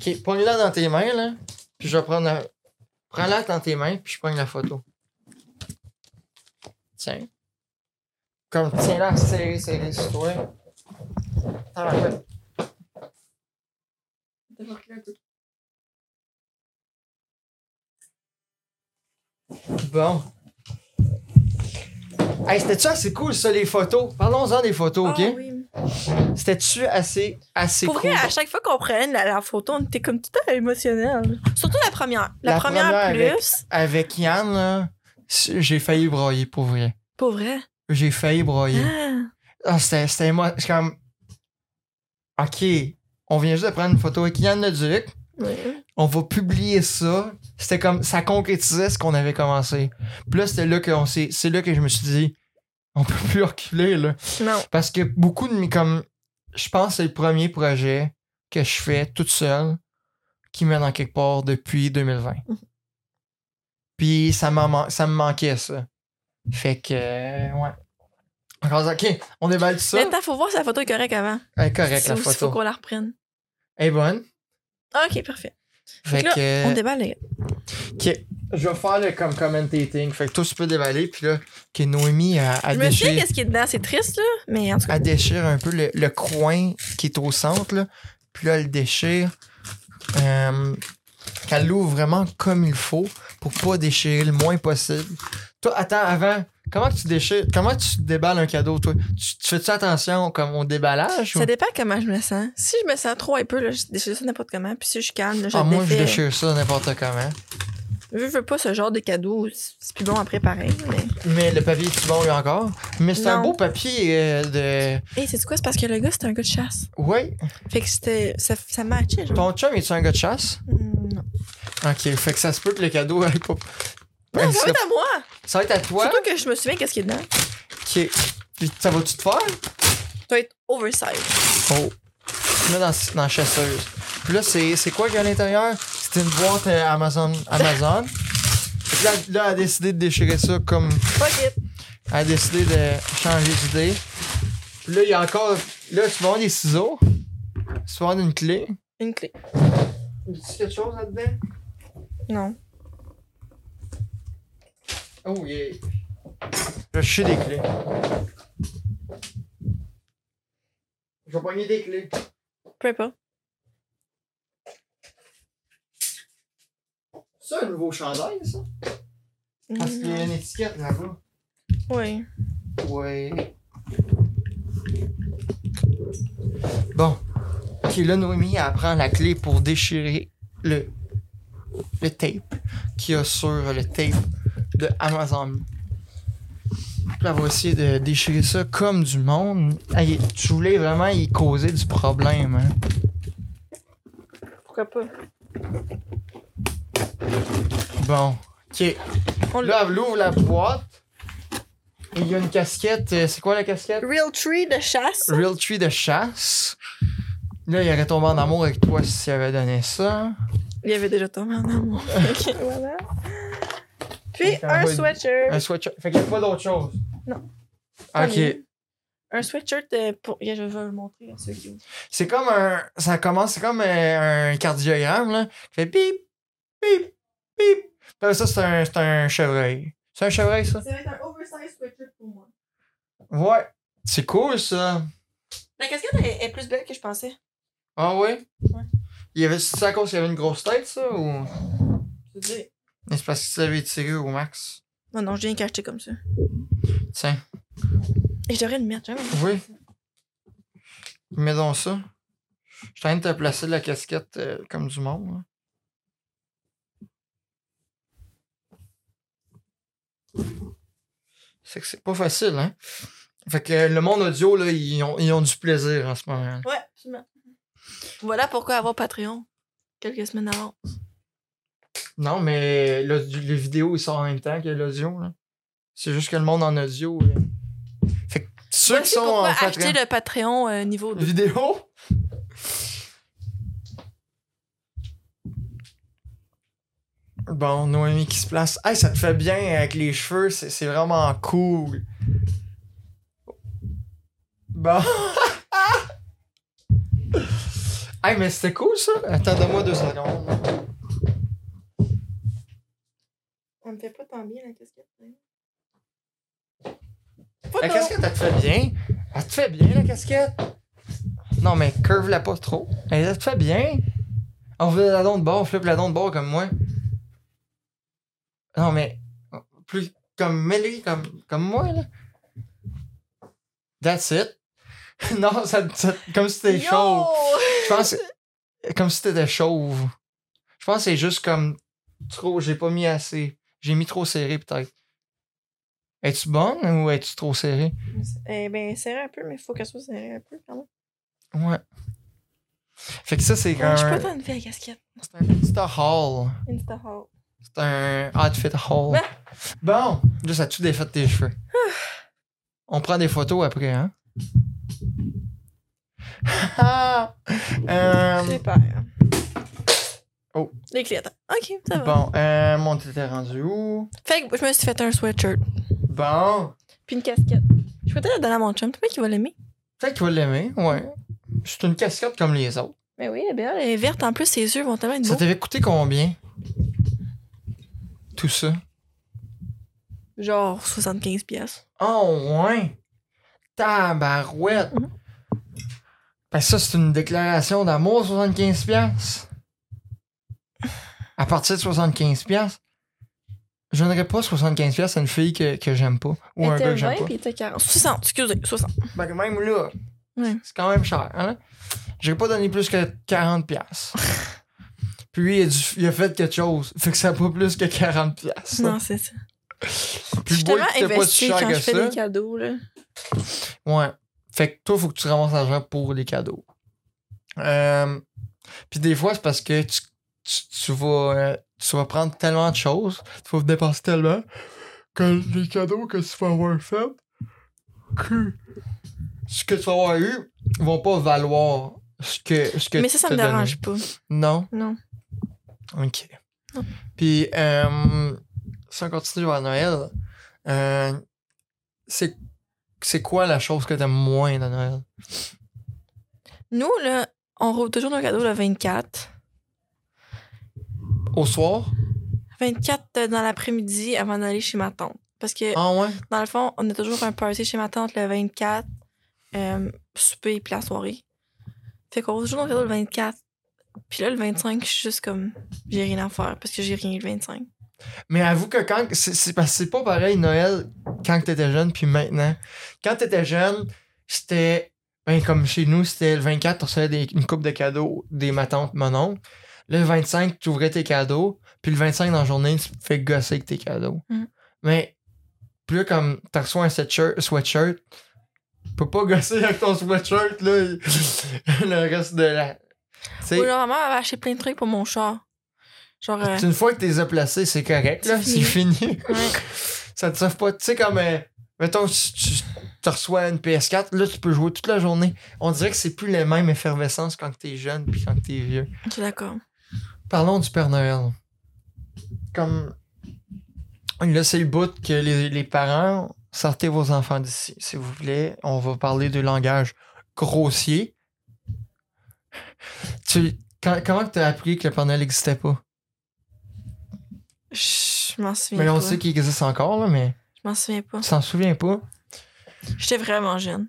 S1: Ok, pogne-la dans tes mains, là. Puis je vais prendre la. Prends-la dans tes mains, puis je pogne la photo. Tiens. Comme tiens-la serrée, serrée sur toi. Attends, la feuille. Bon. Hey, c'était-tu assez cool, ça, les photos? Parlons-en des photos, OK?
S2: Ah oui.
S1: C'était-tu assez, assez
S2: Pour
S1: cool?
S2: vrai, à chaque fois qu'on prenait la, la photo, on était comme tout à fait émotionnel. Surtout la première. La,
S1: La
S2: première,
S1: première
S2: plus.
S1: avec- Avec Yann, là, j'ai failli broyer, pour vrai.
S2: Pour vrai.
S1: J'ai failli broyer.
S2: Ah.
S1: Ah, c'était, c'était moi. C'est comme. Ok, on vient juste de prendre une photo avec Yann Leduc.
S2: Ouais.
S1: On va publier ça. C'était comme. Ça concrétisait ce qu'on avait commencé. Puis là, c'était là que on s'est- c'est là que je me suis dit, on peut plus reculer, là.
S2: Non.
S1: Parce que beaucoup de mes. Comme, je pense que c'est le premier projet que je fais toute seule qui mène en quelque part depuis 2020.
S2: Mhm.
S1: Puis ça, m'en man- ça me manquait, ça. Fait que. euh, ouais. Ok, on déballe tout ça.
S2: Maintenant, faut voir si la photo est correcte avant.
S1: Elle est correcte, la
S2: Ou s'il faut
S1: photo.
S2: qu'on la reprenne.
S1: Elle est bonne.
S2: Ok, parfait.
S1: Fait
S2: que là,
S1: que.
S2: On déballe, les gars.
S1: ok. Je vais faire le comme commentating. Fait que toi, tu peux déballer. Puis là, que Noémie a, a
S2: Je me
S1: déchiré-
S2: sais qu'est-ce qui est dedans. C'est triste, là. Mais en tout cas,
S1: elle déchire un peu le, le coin qui est au centre, là. puis là, elle le déchire. Euh, qu'elle l'ouvre vraiment comme il faut pour pas déchirer le moins possible. Toi, attends, avant, comment que tu déchires, comment tu déballes un cadeau, toi? Tu, tu fais-tu attention comme au déballage? ou-
S2: ça dépend comment je me sens. Si je me sens trop un peu, là, je déchire ça n'importe comment. Puis si je suis calme, là, je
S1: Ah,
S2: le
S1: moi, je
S2: défais.
S1: déchire ça n'importe comment.
S2: Je veux pas ce genre de cadeau. C'est plus bon après, pareil. Mais...
S1: Mais le papier est bon, lui, encore? Mais c'est un
S2: Non.
S1: beau papier euh, de...
S2: Hey, c'est quoi? C'est parce que le gars, c'est un gars de chasse.
S1: Ouais.
S2: Fait que c'était. Ça, ça matchait, genre.
S1: Ton chum, est tu un gars de chasse?
S2: Hmm, non.
S1: OK, fait que ça se peut que le cadeau aille pas...
S2: Non, ça va être à moi!
S1: Ben, Ça va être à toi?
S2: Surtout que je me souviens qu'est-ce qui est dedans.
S1: OK. Puis ça va-tu te faire?
S2: Ça doit être oversize.
S1: Oh. Là, dans, dans la chasseuse. Puis là, c'est c'est quoi qu'il y a à l'intérieur? C'est une boîte euh, Amazon. Amazon. Fait que là, là, elle a décidé de déchirer ça comme.
S2: Fuck it!
S1: Elle a décidé de changer d'idée. Puis là, il y a encore. Là, tu vas avoir des ciseaux. Tu vas avoir une clé.
S2: Une clé.
S1: Y a-tu quelque chose là-dedans?
S2: Non.
S1: Oh, yeah. Je suis des clés. Je vais pogner des clés.
S2: Peu importe.
S1: C'est un nouveau chandail, ça? Parce qu'il y a une étiquette là-bas.
S2: Oui.
S1: Ouais. Bon. Ok, là, Noémie elle prend la clé pour déchirer le, le tape qu'il y a sur le tape de Amazon. Puis Elle va essayer de déchirer ça comme du monde. Elle est- je voulais vraiment y causer du problème. hein.
S2: Pourquoi pas?
S1: Bon. Ok.
S2: On l'a.
S1: Là, elle ouvre la boîte. Et il y a une casquette. euh, C'est quoi la casquette?
S2: Real tree de chasse.
S1: Real Tree de chasse. Là, il aurait tombé en amour avec toi s'il avait donné ça.
S2: Il y avait déjà tombé en amour. ok, voilà. Puis
S1: Ça
S2: un
S1: va être- Un
S2: sweatshirt.
S1: sweatshirt. Euh, Fait qu'il n'y a pas d'autre chose.
S2: Non.
S1: Ah, Ok.
S2: Un sweatshirt euh, pour. Yeah, je vais le montrer à ceux qui.
S1: C'est comme un. Ça commence, c'est comme euh, un cardiogramme, là. Qui fait pip, pip, pip. Là, ça, c'est un, c'est un chevreuil. C'est un chevreuil, ça?
S2: Ça va être un oversize sweatshirt pour moi.
S1: Ouais. C'est cool, ça.
S2: La casquette est, est plus belle que je pensais.
S1: Ah ouais?
S2: Ouais.
S1: Il y avait, c'est à cause qu'il y avait une grosse tête, ça? Ou.
S2: Je veux dire.
S1: Mais C'est parce que tu l'avais tiré au max.
S2: Non, non, je viens qu'acheter comme ça.
S1: Tiens.
S2: Et je devrais le mettre, hein. jamais.
S1: Oui. Mets donc ça. Je suis en train de te placer la casquette euh, comme du monde. là. C'est que c'est pas facile, hein? Fait que euh, le monde audio, là, ils ont, ils ont du plaisir en ce moment.
S2: Ouais, absolument. Voilà pourquoi avoir Patreon quelques semaines avant.
S1: Non, mais l'audio- les vidéos, ils sortent en même temps que l'audio, là. C'est juste que le monde en audio. là. Fait que ceux qui
S2: Voici
S1: sont euh, en
S2: pourquoi
S1: Patreon-
S2: acheter le Patreon euh, niveau 2.
S1: vidéo. Bon, Noémie qui se place. Hey, ça te fait bien avec les cheveux, c'est c'est vraiment cool. Bon. hey, mais c'était cool ça. Attends, donne-moi deux secondes.
S2: On me fait pas tant bien la casquette.
S1: La casquette, elle te fait bien. Elle te fait bien, la casquette. Non, mais curve-la pas trop. Elle elle te fait bien. On fait la don de bord, flip la don de bord comme moi. Non, mais plus comme Melly, comme, comme moi, là. That's it. non, ça, ça- comme si t'étais chauve. Je pense que- comme si t'étais chauve. Je pense que c'est juste comme trop, j'ai pas mis assez. J'ai mis trop serré, peut-être. Es-tu bonne ou es-tu trop serré?
S2: Eh ben, serré un peu, mais faut qu'elle soit serrée un peu quand même.
S1: Ouais. Fait que ça, c'est
S2: Ouais,
S1: un,
S2: je suis pas tant une fille à casquette.
S1: c'est un Insta haul.
S2: Insta haul.
S1: C'est un outfit haul.
S2: Ouais. Ben.
S1: Bon, là, ça a tout défait tes cheveux. On prend des photos après, hein? euh,
S2: Super.
S1: Oh.
S2: Les clients. Ok, ça va.
S1: bon, euh, mon t'étais rendu où?
S2: Fait que je me suis fait un sweatshirt.
S1: Bon,
S2: Puis une casquette. Je Je peux peut-être la donner à mon chum. Peut-être qu'il va l'aimer.
S1: Peut-être qu'il va l'aimer, ouais. C'est une casquette comme les autres.
S2: Mais Ben oui, elle est belle. Elle est verte. En plus, ses yeux vont tellement être
S1: Ça
S2: beaux.
S1: t'avait coûté combien? Tout ça.
S2: Genre 75 pièces.
S1: Oh, ouais! Tabarouette!
S2: Mhm.
S1: Ben ça, c'est une déclaration d'amour, 75$. piastres. À partir de 75$, piastres, je n'aurais pas 75$ piastres à une fille que, que j'aime pas. Ou un gars que j'aime pas.
S2: puis était 40. 60, excusez, 60.
S1: Ben, que même là,
S2: Ouais.
S1: c'est quand même cher. Hein? J'ai pas donné plus que 40$. piastres. Puis lui, il a, dû- il a fait quelque chose. Fait que ça n'a pas plus que 40$. piastres.
S2: Non, c'est ça. Je
S1: Puis le boy,
S2: suis tellement
S1: il coûtait pas si
S2: investie
S1: cher
S2: quand
S1: que
S2: je fais
S1: ça.
S2: des cadeaux, là.
S1: Ouais. Fait que toi, faut que tu ramasses l'argent pour les cadeaux. Euh, Puis des fois, c'est parce que tu, tu, tu vas, euh, tu vas prendre tellement de choses, tu vas dépenser tellement que les cadeaux que tu vas avoir fait, que ce que tu vas avoir eu, vont pas valoir ce que, ce que
S2: Mais
S1: tu
S2: ça, ça
S1: t'es
S2: me
S1: donné.
S2: dérange pas.
S1: Non?
S2: Non.
S1: OK.
S2: Non.
S1: Puis, euh, si on continue vers Noël, euh, c'est, c'est quoi la chose que t'aimes moins de Noël?
S2: Nous, là, on rouvre toujours nos cadeaux le 24.
S1: Au soir?
S2: 24 euh, dans l'après-midi avant d'aller chez ma tante. Parce que,
S1: Ah ouais?
S2: dans le fond, on a toujours un party chez ma tante le 24, euh, souper puis la soirée. Fait qu'on rouvre toujours nos cadeaux le 24. Puis là, le 25, je suis juste comme, j'ai rien à faire parce que j'ai rien eu le 25.
S1: Mais avoue que quand. C'est, c'est parce que c'est pas pareil Noël quand t'étais jeune puis maintenant. Quand t'étais jeune, c'était. Ben, comme chez nous, c'était le 24, tu recevais des- une coupe de cadeaux des ma tante, mon oncle. Le 25, tu ouvrais tes cadeaux. Puis le 25 dans la journée, tu te fais gosser avec tes cadeaux.
S2: Mhm.
S1: Mais plus comme t'as reçu un sweatshirt, sweatshirt, tu peux pas gosser avec ton sweatshirt là, le reste de la. tu sais,
S2: Ou genre, maman avait acheté plein de trucs pour mon char. Genre, euh,
S1: Une fois que t'es as placés, c'est correct, là, c'est
S2: C'est
S1: fini.
S2: ouais.
S1: ça te sauve pas. Tu sais, comme, euh, mettons, si tu te reçois une PS4, là, tu peux jouer toute la journée. On dirait que c'est plus les mêmes effervescences quand t'es jeune puis quand t'es vieux.
S2: je suis d'accord.
S1: Parlons du Père Noël. Comme, là, c'est le bout que les, les parents, sortez vos enfants d'ici, s'il vous plaît. On va parler de langage grossier. Tu, quand- comment t'as appris que le Père Noël n'existait pas?
S2: Je m'en souviens
S1: Mais là, on
S2: pas.
S1: sait qu'il existe encore, là, mais
S2: Je m'en souviens pas.
S1: tu t'en souviens pas?
S2: J'étais vraiment jeune.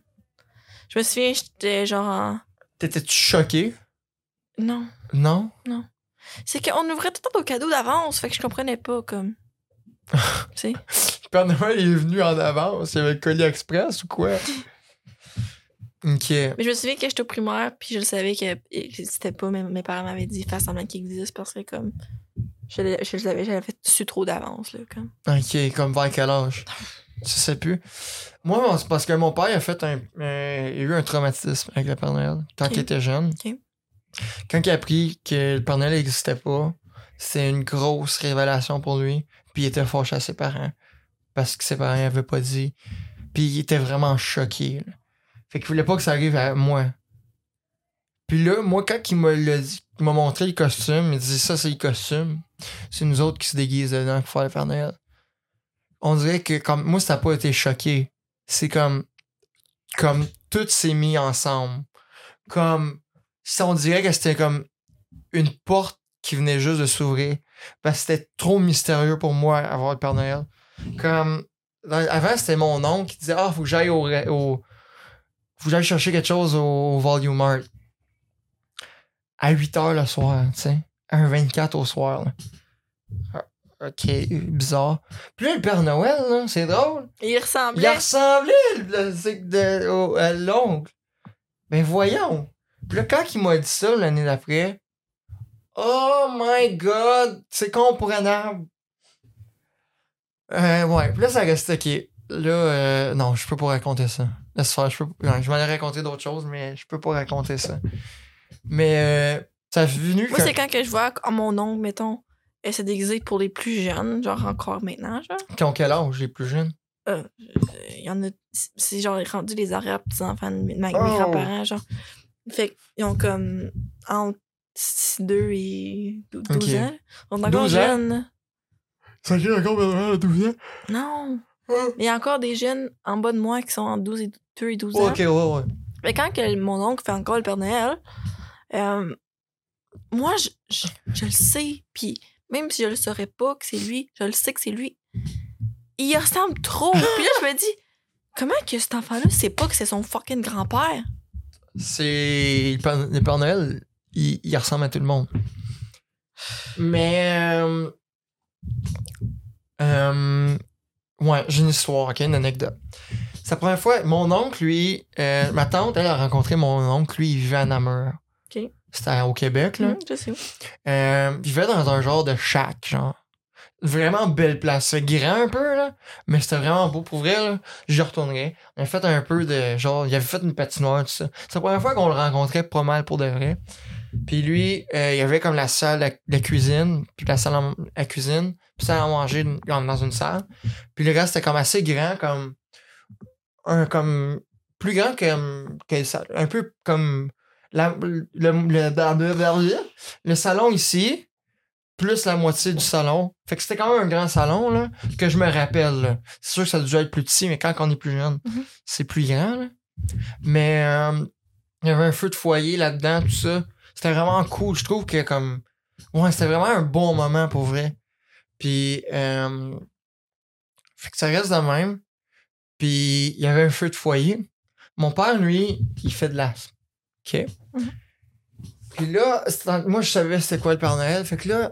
S2: Je me souviens, j'étais genre en...
S1: T'étais-tu choqué?
S2: Non.
S1: Non?
S2: C'est qu'on ouvrait tout le temps nos cadeaux d'avance, fait que je comprenais pas, comme. tu sais?
S1: Père Noël est venu en avance. Il y avait le colis express ou quoi? ok.
S2: Mais je me souviens que j'étais au primaire, puis je le savais que c'était pas, mais mes parents m'avaient dit, fais semblant qu'il existe, parce que, comme. Je le je le savais, j'avais fait su trop d'avance, là, comme.
S1: Ok, comme vers quel âge? Je sais plus. Moi, mon- c'est parce que mon père a fait un. euh, il a eu un traumatisme avec le Père Noël quand
S2: Ok.
S1: il était jeune.
S2: Ok.
S1: Quand il a appris que le Père Noël n'existait pas, c'était une grosse révélation pour lui. Puis il était fâché à ses parents. Parce que ses parents n'avaient pas dit. Puis il était vraiment choqué. là. Fait qu'il voulait pas que ça arrive à moi. Puis là, moi, quand il me l'a dit, il m'a montré le costume, il dit ça, c'est le costume. C'est nous autres qui se déguisent dedans pour faire le Père Noël. On dirait que comme moi, ça n'a pas été choqué. C'est comme comme tout s'est mis ensemble. Comme si on dirait que c'était comme une porte qui venait juste de s'ouvrir. Parce que c'était trop mystérieux pour moi avoir le Père Noël. Comme dans- avant, c'était mon oncle qui disait Ah, faut que j'aille au, re- au- Faut que j'aille chercher quelque chose au, au Volume Mart. À 8 h le soir, tu sais. À un 24 au soir. là. Ah, Ok, bizarre. Puis là, le Père Noël, là, c'est drôle.
S2: Il
S1: Il
S2: ressemblait.
S1: ressemblait le cycle de au- à l'oncle. Mais voyons. Puis là, quand il m'a dit ça l'année d'après, oh my god, c'est comprenable. Euh, ouais, puis là, ça reste ok. Là, euh, non, je peux pas raconter ça. Laisse faire, je peux non, Je m'en ai raconté d'autres choses, mais je peux pas raconter ça. Mais euh, ça a venu.
S2: Moi,
S1: quand-
S2: c'est quand que je vois oh, mon oncle, mettons, elle s'est déguisée pour les plus jeunes, genre encore maintenant, genre.
S1: Qui ont quel âge, les plus jeunes?
S2: Euh, Il y en a. C'est genre rendu les arrière petits-enfants de mes, de ma- mes
S1: Oh.
S2: grands-parents, genre. Fait qu'ils ont comme entre 2 et 12
S1: Ok.
S2: ans. On est encore
S1: 12 ans?
S2: jeunes.
S1: Ça a encore 12 ans.
S2: Non. Mais il y a encore des jeunes en bas de moi qui sont en 12 et 2 et 12 ans.
S1: Oh, Ok, ouais, ouais.
S2: Mais quand que mon oncle fait encore le Père Noël, euh, moi, je, je, je le sais. Puis même si je le saurais pas que c'est lui, je le sais que c'est lui. Il ressemble trop. Puis là, je me dis, comment que cet enfant-là sait pas que c'est son fucking grand-père?
S1: C'est. Le Père, le Père Noël, il, il ressemble à tout le monde. Mais. euh, euh, ouais, j'ai une histoire, ok, une anecdote. C'est la première fois, mon oncle, lui, euh, ma tante, elle a rencontré mon oncle, lui, il vivait à Namur.
S2: Ok.
S1: C'était au Québec, là.
S2: Hum, je sais où.
S1: Euh, il vivait dans un genre de shack, genre. Vraiment belle place. C'est grand un peu, là. Mais c'était vraiment beau pour vrai, là. J'y retournerais. On a fait un peu de. Genre, il avait fait une patinoire, tout ça. C'est la première fois qu'on le rencontrait pas mal pour de vrai. Puis lui, euh, il y avait comme la salle, la, la cuisine, puis la salle à, la cuisine, puis salle à manger dans- dans une salle. Puis le reste, c'était comme assez grand, comme. Un, comme. Plus grand que. que ça- un peu comme. La, le, le, le, le salon ici, plus la moitié du salon. Fait que c'était quand même un grand salon, là, que je me rappelle. là. C'est sûr que ça a dû être plus petit, mais quand on est plus jeune,
S2: Mhm.
S1: c'est plus grand, là. Mais euh, il y avait un feu de foyer là-dedans, tout ça. C'était vraiment cool. Je trouve que, comme. Ouais, c'était vraiment un bon moment pour vrai. Puis. euh, Fait que ça reste de même. Puis, il y avait un feu de foyer. Mon père, lui, il fait de l'asthme. OK? Puis là, c'est dans- moi, je savais c'était quoi le Père Noël. Fait que là,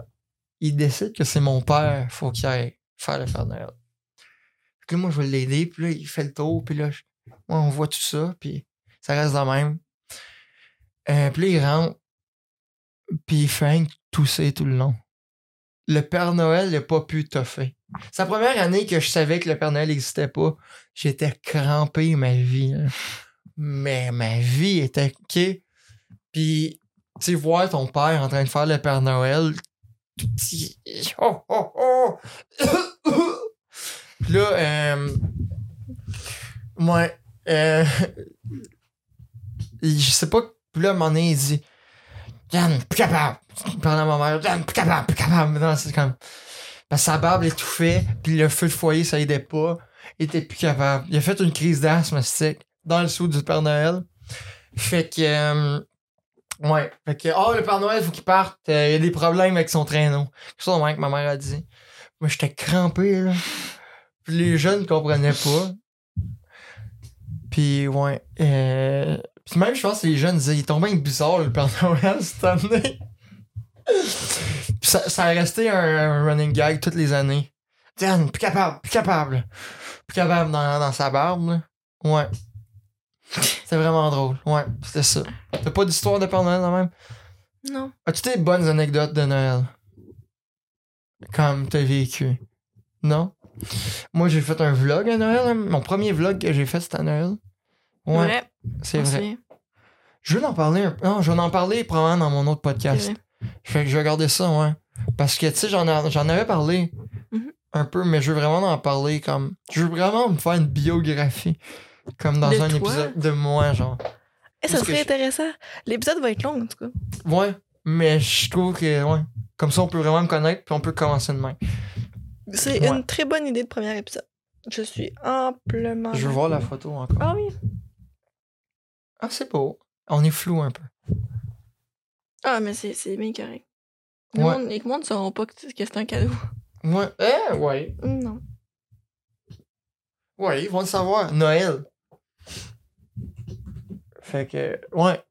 S1: il décide que c'est mon père, faut qu'il aille faire le Père Noël. Fait que là, moi, je vais l'aider. Puis là, il fait le tour. Puis là, je- moi, on voit tout ça. Puis ça reste dans même. Euh, puis là, il rentre. Puis Frank toussait tout le long. Le Père Noël n'a pas pu toffer. C'est la première année que je savais que le Père Noël n'existait pas. J'étais crampé, ma vie. là. Mais ma vie était OK. Puis tu sais, voir ton père en train de faire le Père Noël, tout petit. Oh, oh, oh! Puis là, euh, ouais, euh, je sais pas, puis là, à un moment donné, il dit, Yann, plus capable! Il parle à ma mère, Yann, plus capable, plus capable! Mais non, c'est comme, parce que sa barbe l'étouffait, puis le feu de foyer, ça aidait pas, il était plus capable. Il a fait une crise d'asthme, stick, dans le sou du Père Noël. Fait que, euh, Ouais. Fait que, oh, le Père Noël, faut qu'il parte. Euh, il y a des problèmes avec son traîneau. C'est ça, le que ma mère a dit. Moi, j'étais crampé, là. Puis les jeunes comprenaient pas. Puis, ouais. euh, Puis même, je pense que les jeunes disaient, il est tombé bizarre, le Père Noël, cette année. Puis ça, ça a resté un, un running gag toutes les années. Tiens, plus capable, plus capable. Plus capable dans, dans sa barbe, là. Ouais. C'était vraiment drôle. Ouais, c'était ça. T'as pas d'histoire de Père Noël quand même?
S2: Non.
S1: As-tu des bonnes anecdotes de Noël? Comme t'as vécu? Non? Moi, j'ai fait un vlog à Noël. hein. Mon premier vlog que j'ai fait, c'était à Noël. Ouais,
S2: Vrai,
S1: c'est
S2: on se
S1: vrai.
S2: souvient.
S1: Je vais en parler un Non, je vais en parler probablement dans mon autre podcast.
S2: C'est vrai.
S1: Fait que je vais garder ça, ouais. Parce que, tu sais, j'en a- j'en avais parlé
S2: Mhm.
S1: un peu, mais je veux vraiment en parler comme. Je veux vraiment me faire une biographie. Comme dans
S2: De
S1: un
S2: toi?
S1: épisode de moi, genre.
S2: Eh, ça
S1: Parce que
S2: serait
S1: je-
S2: intéressant. L'épisode va être long, en tout cas.
S1: Ouais, mais je trouve que, ouais. Comme ça, on peut vraiment me connaître, puis on peut commencer demain.
S2: C'est
S1: Ouais.
S2: une très bonne idée de premier épisode. Je suis amplement.
S1: Je veux voir la photo encore.
S2: Ah oui.
S1: Ah, c'est beau. On est flou un peu.
S2: Ah, mais c'est c'est bien correct. Le
S1: Ouais.
S2: monde- les gens ne sauront pas que que c'est un cadeau.
S1: Ouais. Eh, ouais.
S2: Non.
S1: Ouais, ils vont le savoir. Noël. Fait que, ouais.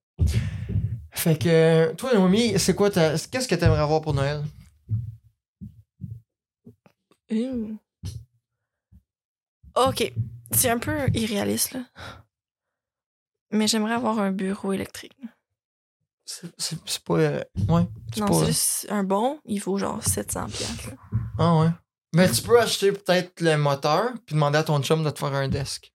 S1: Fait que, toi, Naomi, c'est quoi ta. Qu'est-ce que t'aimerais avoir pour Noël?
S2: Hum. Ok. C'est un peu irréaliste, là. Mais j'aimerais avoir un bureau électrique.
S1: C'est c'est- c'est pas. euh, ouais. C'est
S2: Non,
S1: pas-
S2: c'est juste un bon, il vaut genre 700$. piastres, là.
S1: Ah, ouais. Mais tu peux acheter peut-être le moteur, puis demander à ton chum de te faire un desk.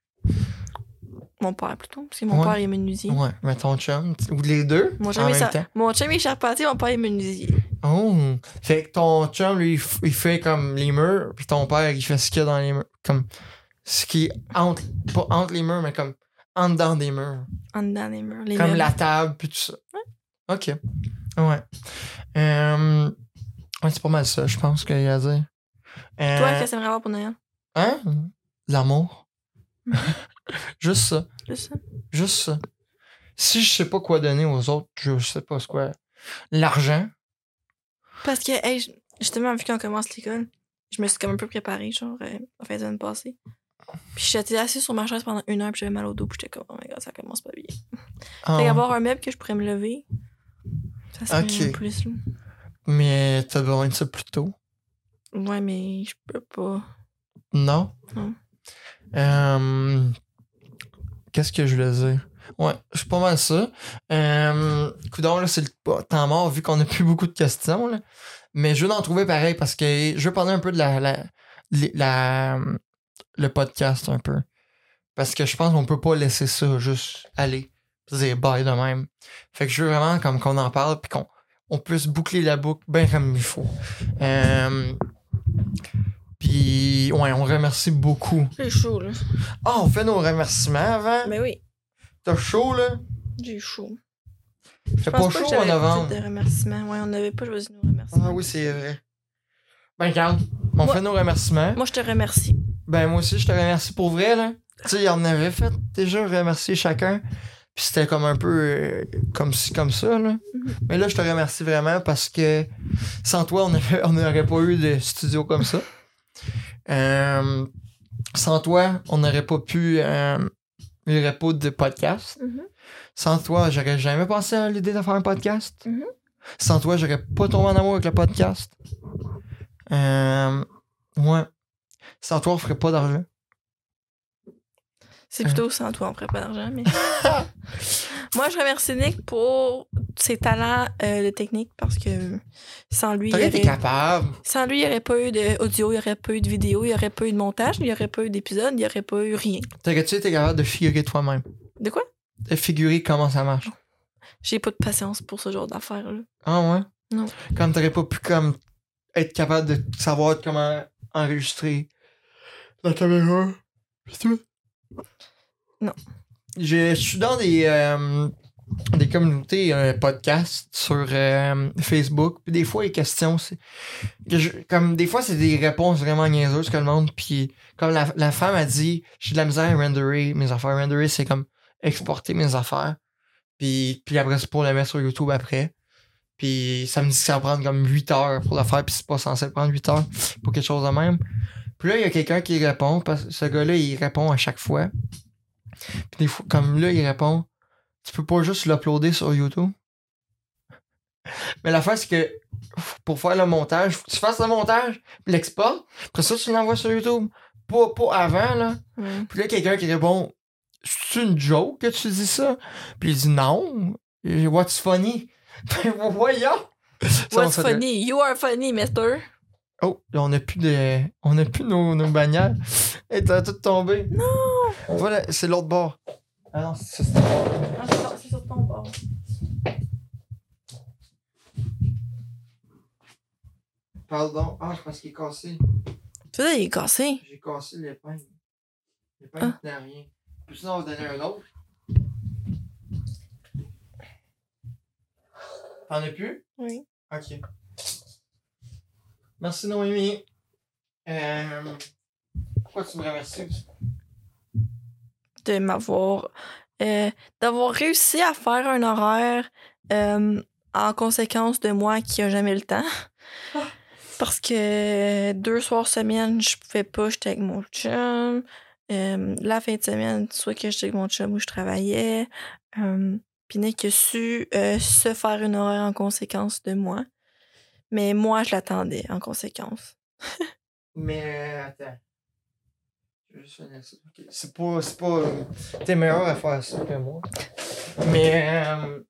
S2: Mon père, plutôt. Parce que mon
S1: Ouais.
S2: père est menuisier.
S1: Ouais, mais ton chum, t- ou les deux,
S2: Mon
S1: en
S2: chum est,
S1: même
S2: ça...
S1: temps.
S2: mon chum est charpentier, mon père est menuisier.
S1: Oh! Fait que ton chum, lui, il f- il fait comme les murs, puis ton père, il fait ce qu'il y a dans les murs. Comme ce qui est entre, pas entre les murs, mais comme en dedans des murs.
S2: En dedans des murs. Les
S1: comme
S2: meubles.
S1: la table, puis tout ça. Ok. Ouais. Euh, ouais, c'est pas mal ça, je pense qu'il y a à dire. Euh,
S2: Toi, qu'est-ce que t'aimerais avoir pour Noël?
S1: Hein? l'amour. Juste ça.
S2: C'est ça.
S1: Juste ça. Si je sais pas quoi donner aux autres, je sais pas ce quoi. L'argent.
S2: Parce que, hey, j- justement, vu qu'on commence l'école, je me suis comme un peu préparée, genre, euh, en fin de semaine passée. Puis j'étais assise sur ma chaise pendant une heure, puis j'avais mal au dos, puis j'étais comme, oh my god, ça commence pas bien. Fait
S1: Ah,
S2: qu'avoir un meuble que je pourrais me lever, ça serait
S1: Ok.
S2: plus. là.
S1: Mais t'as besoin de ça plus tôt.
S2: Ouais, mais je peux pas.
S1: Non.
S2: Non.
S1: Euh, Qu'est-ce que je voulais dire? Ouais, je suis pas mal ça. Euh, coudonc, là, c'est le pas- temps mort vu qu'on a plus beaucoup de questions. là. Mais je veux en trouver pareil parce que je veux parler un peu de la, la- les- la- le podcast un peu. Parce que je pense qu'on peut pas laisser ça juste aller. pis dire bye de même. Fait que je veux vraiment comme qu'on en parle puis qu'on on puisse boucler la boucle bien comme il faut. Euh, puis ouais, on remercie beaucoup
S2: J'ai chaud, là.
S1: ah, on fait nos remerciements avant.
S2: Mais Ben oui,
S1: T'as chaud, là?
S2: j'ai chaud.
S1: Fait
S2: Je
S1: pas
S2: pense pas
S1: chaud
S2: que
S1: en
S2: j'avais
S1: novembre.
S2: dit de remerciements. Ouais, on n'avait pas choisi nos remerciements.
S1: Ah oui, c'est vrai. Ben, regarde, on
S2: Moi-
S1: fait nos remerciements.
S2: Moi, je te remercie.
S1: Ben, moi aussi, je te remercie pour vrai, là. Tu sais, il en avait fait déjà remercier chacun. Puis c'était comme un peu euh, comme ci, comme ça, là.
S2: Mhm.
S1: Mais là, je te remercie vraiment parce que sans toi, on avait- on n'aurait pas eu de studio comme ça. Euh, sans toi, on n'aurait pas pu. euh, il n'y aurait pas de podcast.
S2: Mhm.
S1: Sans toi, j'aurais jamais pensé à l'idée de faire un podcast.
S2: Mhm.
S1: Sans toi, j'aurais pas tombé en amour avec le podcast. Euh, ouais. Sans toi, on ferait pas d'argent.
S2: C'est
S1: Ah.
S2: plutôt sans toi, on ferait pas d'argent, mais. Moi, je remercie Nick pour ses talents euh, de technique parce que sans lui, il
S1: T'aurais été
S2: y aurait...
S1: capable.
S2: sans lui, il n'y aurait pas eu d'audio, il n'y aurait pas eu de vidéo, il n'y aurait pas eu de montage, il n'y aurait pas eu d'épisode, il n'y aurait pas eu rien.
S1: T'aurais-tu été capable de figurer toi-même?
S2: De quoi?
S1: De figurer comment ça marche.
S2: J'ai pas de patience pour ce genre d'affaires, là.
S1: Ah ouais?
S2: Non.
S1: Comme t'aurais pas pu comme être capable de savoir comment enregistrer la caméra. pis tout.
S2: Non.
S1: Je, je suis dans des, euh, des communautés euh, podcasts sur euh, Facebook. Puis des fois, les questions, c'est. que je- comme des fois, c'est des réponses vraiment niaiseuses que le monde. Puis comme la, la femme a dit, j'ai de la misère à renderer mes affaires. Renderer, c'est comme exporter mes affaires. Puis, puis après, c'est pour le mettre sur YouTube après. Puis ça me dit que ça va prendre comme 8 heures pour le faire, puis c'est pas censé prendre 8 heures pour quelque chose de même. Puis là, il y a quelqu'un qui répond, parce que ce gars-là, il répond à chaque fois. Puis des fois, comme là, il répond, tu peux pas juste l'uploader sur YouTube. Mais l'affaire, c'est que pour faire le montage, faut que tu fasses le montage, puis l'export, après ça, tu l'envoies sur YouTube. Pas, pas avant, là.
S2: Ouais.
S1: Puis là, quelqu'un qui répond C'est une joke que tu dis ça Puis il dit Non. What's funny Ben voyons Ça, on
S2: What's
S1: fait-
S2: funny? You are funny, mister.
S1: Oh, là, on a plus de. On a plus nos, nos bannières. Et t'as tout tombé. Non Voilà, c'est l'autre bord. Ah non, c'est ça.
S2: Ah, c'est sur ton bord.
S1: Pardon. Ah, c'est parce qu'il est cassé.
S2: Tu sais, il est cassé.
S1: J'ai cassé l'épingle. L'épingle
S2: Ah.
S1: n'a rien. Puis sinon, on va donner un autre. T'en as plus
S2: Oui.
S1: Ok. Merci Noémie. Euh, pourquoi tu me remercies?
S2: de m'avoir euh, d'avoir réussi à faire un horaire euh, en conséquence de moi qui a jamais le temps. Ah. Parce que euh, deux soirs semaine, je pouvais pas, j'étais avec mon chum. Euh, la fin de semaine, soit que j'étais avec mon chum ou je travaillais. Euh, Puis Nick a su euh, se faire une horaire en conséquence de moi. Mais moi, je l'attendais en conséquence.
S1: Mais euh, attends. Je vais juste finir ça. Ok. C'est pas. C'est pas. euh, T'es meilleur à faire ça que moi. Mais. euh,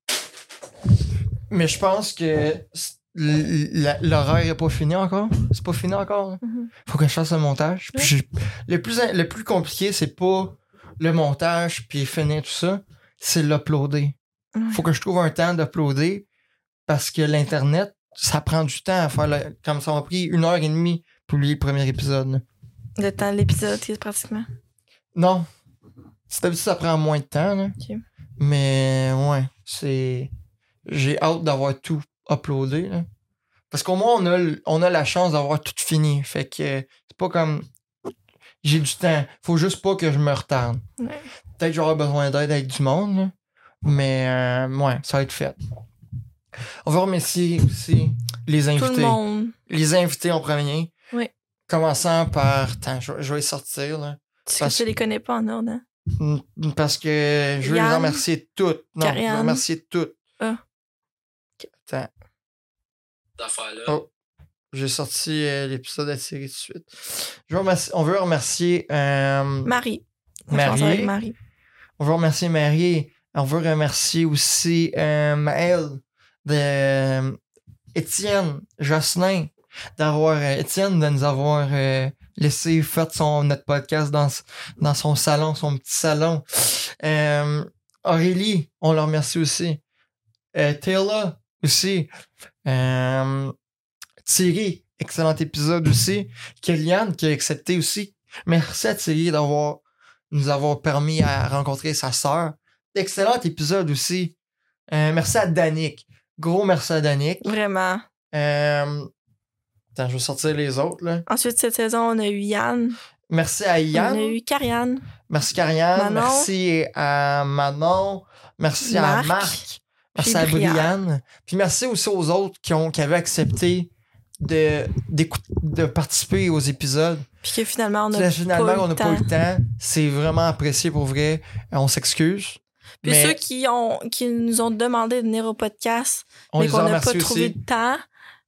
S1: mais je pense que c'est- l- la- l'horaire est pas fini encore. C'est pas fini encore. là.
S2: Mhm.
S1: Faut que je fasse le montage. Puis
S2: Ouais.
S1: j'ai- le, plus, in- le plus compliqué, c'est pas le montage puis finir tout ça. C'est l'uploader.
S2: Ouais.
S1: Faut que je trouve un temps d'uploader parce que l'Internet, ça prend du temps à faire. le- comme ça m'a pris une heure et demie pour publier le premier épisode. là.
S2: Le temps de l'épisode, c'est pratiquement.
S1: Non. C'est d'habitude, ça prend moins de temps. Là.
S2: Ok.
S1: Mais ouais, c'est. J'ai hâte d'avoir tout uploadé. Là. Parce qu'au moins, on a, l- on a la chance d'avoir tout fini. Fait que euh, c'est pas comme. j'ai du temps. Faut juste pas que je me retarde.
S2: Ouais.
S1: Peut-être que j'aurai besoin d'aide avec du monde, là. mais euh, ouais, ça va être fait. On va remercier aussi les
S2: Tout le
S1: invités.
S2: monde.
S1: Les invités en premier.
S2: Oui.
S1: Commençant par. Attends, je, vais- je vais les sortir, là.
S2: Tu,
S1: Parce-
S2: tu les connais pas en ordre, hein?
S1: Mm, Parce que je veux les
S2: Yann.
S1: remercier toutes. Non, je veux
S2: Karianne.
S1: remercier toutes.
S2: Ah.
S1: Attends,
S3: d'affaires-là.
S1: Oh. j'ai sorti euh, l'épisode à tirer tout de suite. Je veux remercier- on veut remercier euh,
S2: Marie. On
S1: Marie.
S2: commence avec Marie.
S1: On veut remercier Marie. On veut remercier aussi euh, Maëlle, de, euh, Étienne, Jocelyn, d'avoir euh, Étienne de nous avoir euh, laissé faire son, notre podcast dans, s- dans son salon, son petit salon. Euh, Aurélie, on la remercie aussi. Euh, Taylor aussi. Euh, Thierry, excellent épisode aussi. Kellyanne qui a accepté aussi. Merci à Thierry d'avoir nous avoir permis à rencontrer sa sœur. Excellent épisode aussi. Euh, merci à Danick. Gros merci à Danick.
S2: Vraiment.
S1: Euh, Attends, je vais sortir les autres. Là.
S2: Ensuite, cette saison, on a eu Yann.
S1: Merci à Yann.
S2: On a eu Karianne.
S1: Merci Karianne.
S2: Manon.
S1: Merci à Manon. Merci à
S2: Marc.
S1: Marc. Merci
S2: Puis
S1: à
S2: Brianne.
S1: Brianne. Puis merci aussi aux autres qui, ont, qui avaient accepté de, d'écout- de participer aux épisodes.
S2: Puis que finalement, on a
S1: Là, finalement,
S2: pas eu
S1: on n'a
S2: le
S1: pas eu
S2: temps.
S1: le temps. C'est vraiment apprécié pour vrai. Euh, On s'excuse.
S2: Puis
S1: mais
S2: ceux qui, ont, qui nous ont demandé de venir au podcast,
S1: on
S2: mais
S1: les
S2: qu'on
S1: en
S2: n'a pas
S1: remercie
S2: trouvé
S1: aussi.
S2: de temps.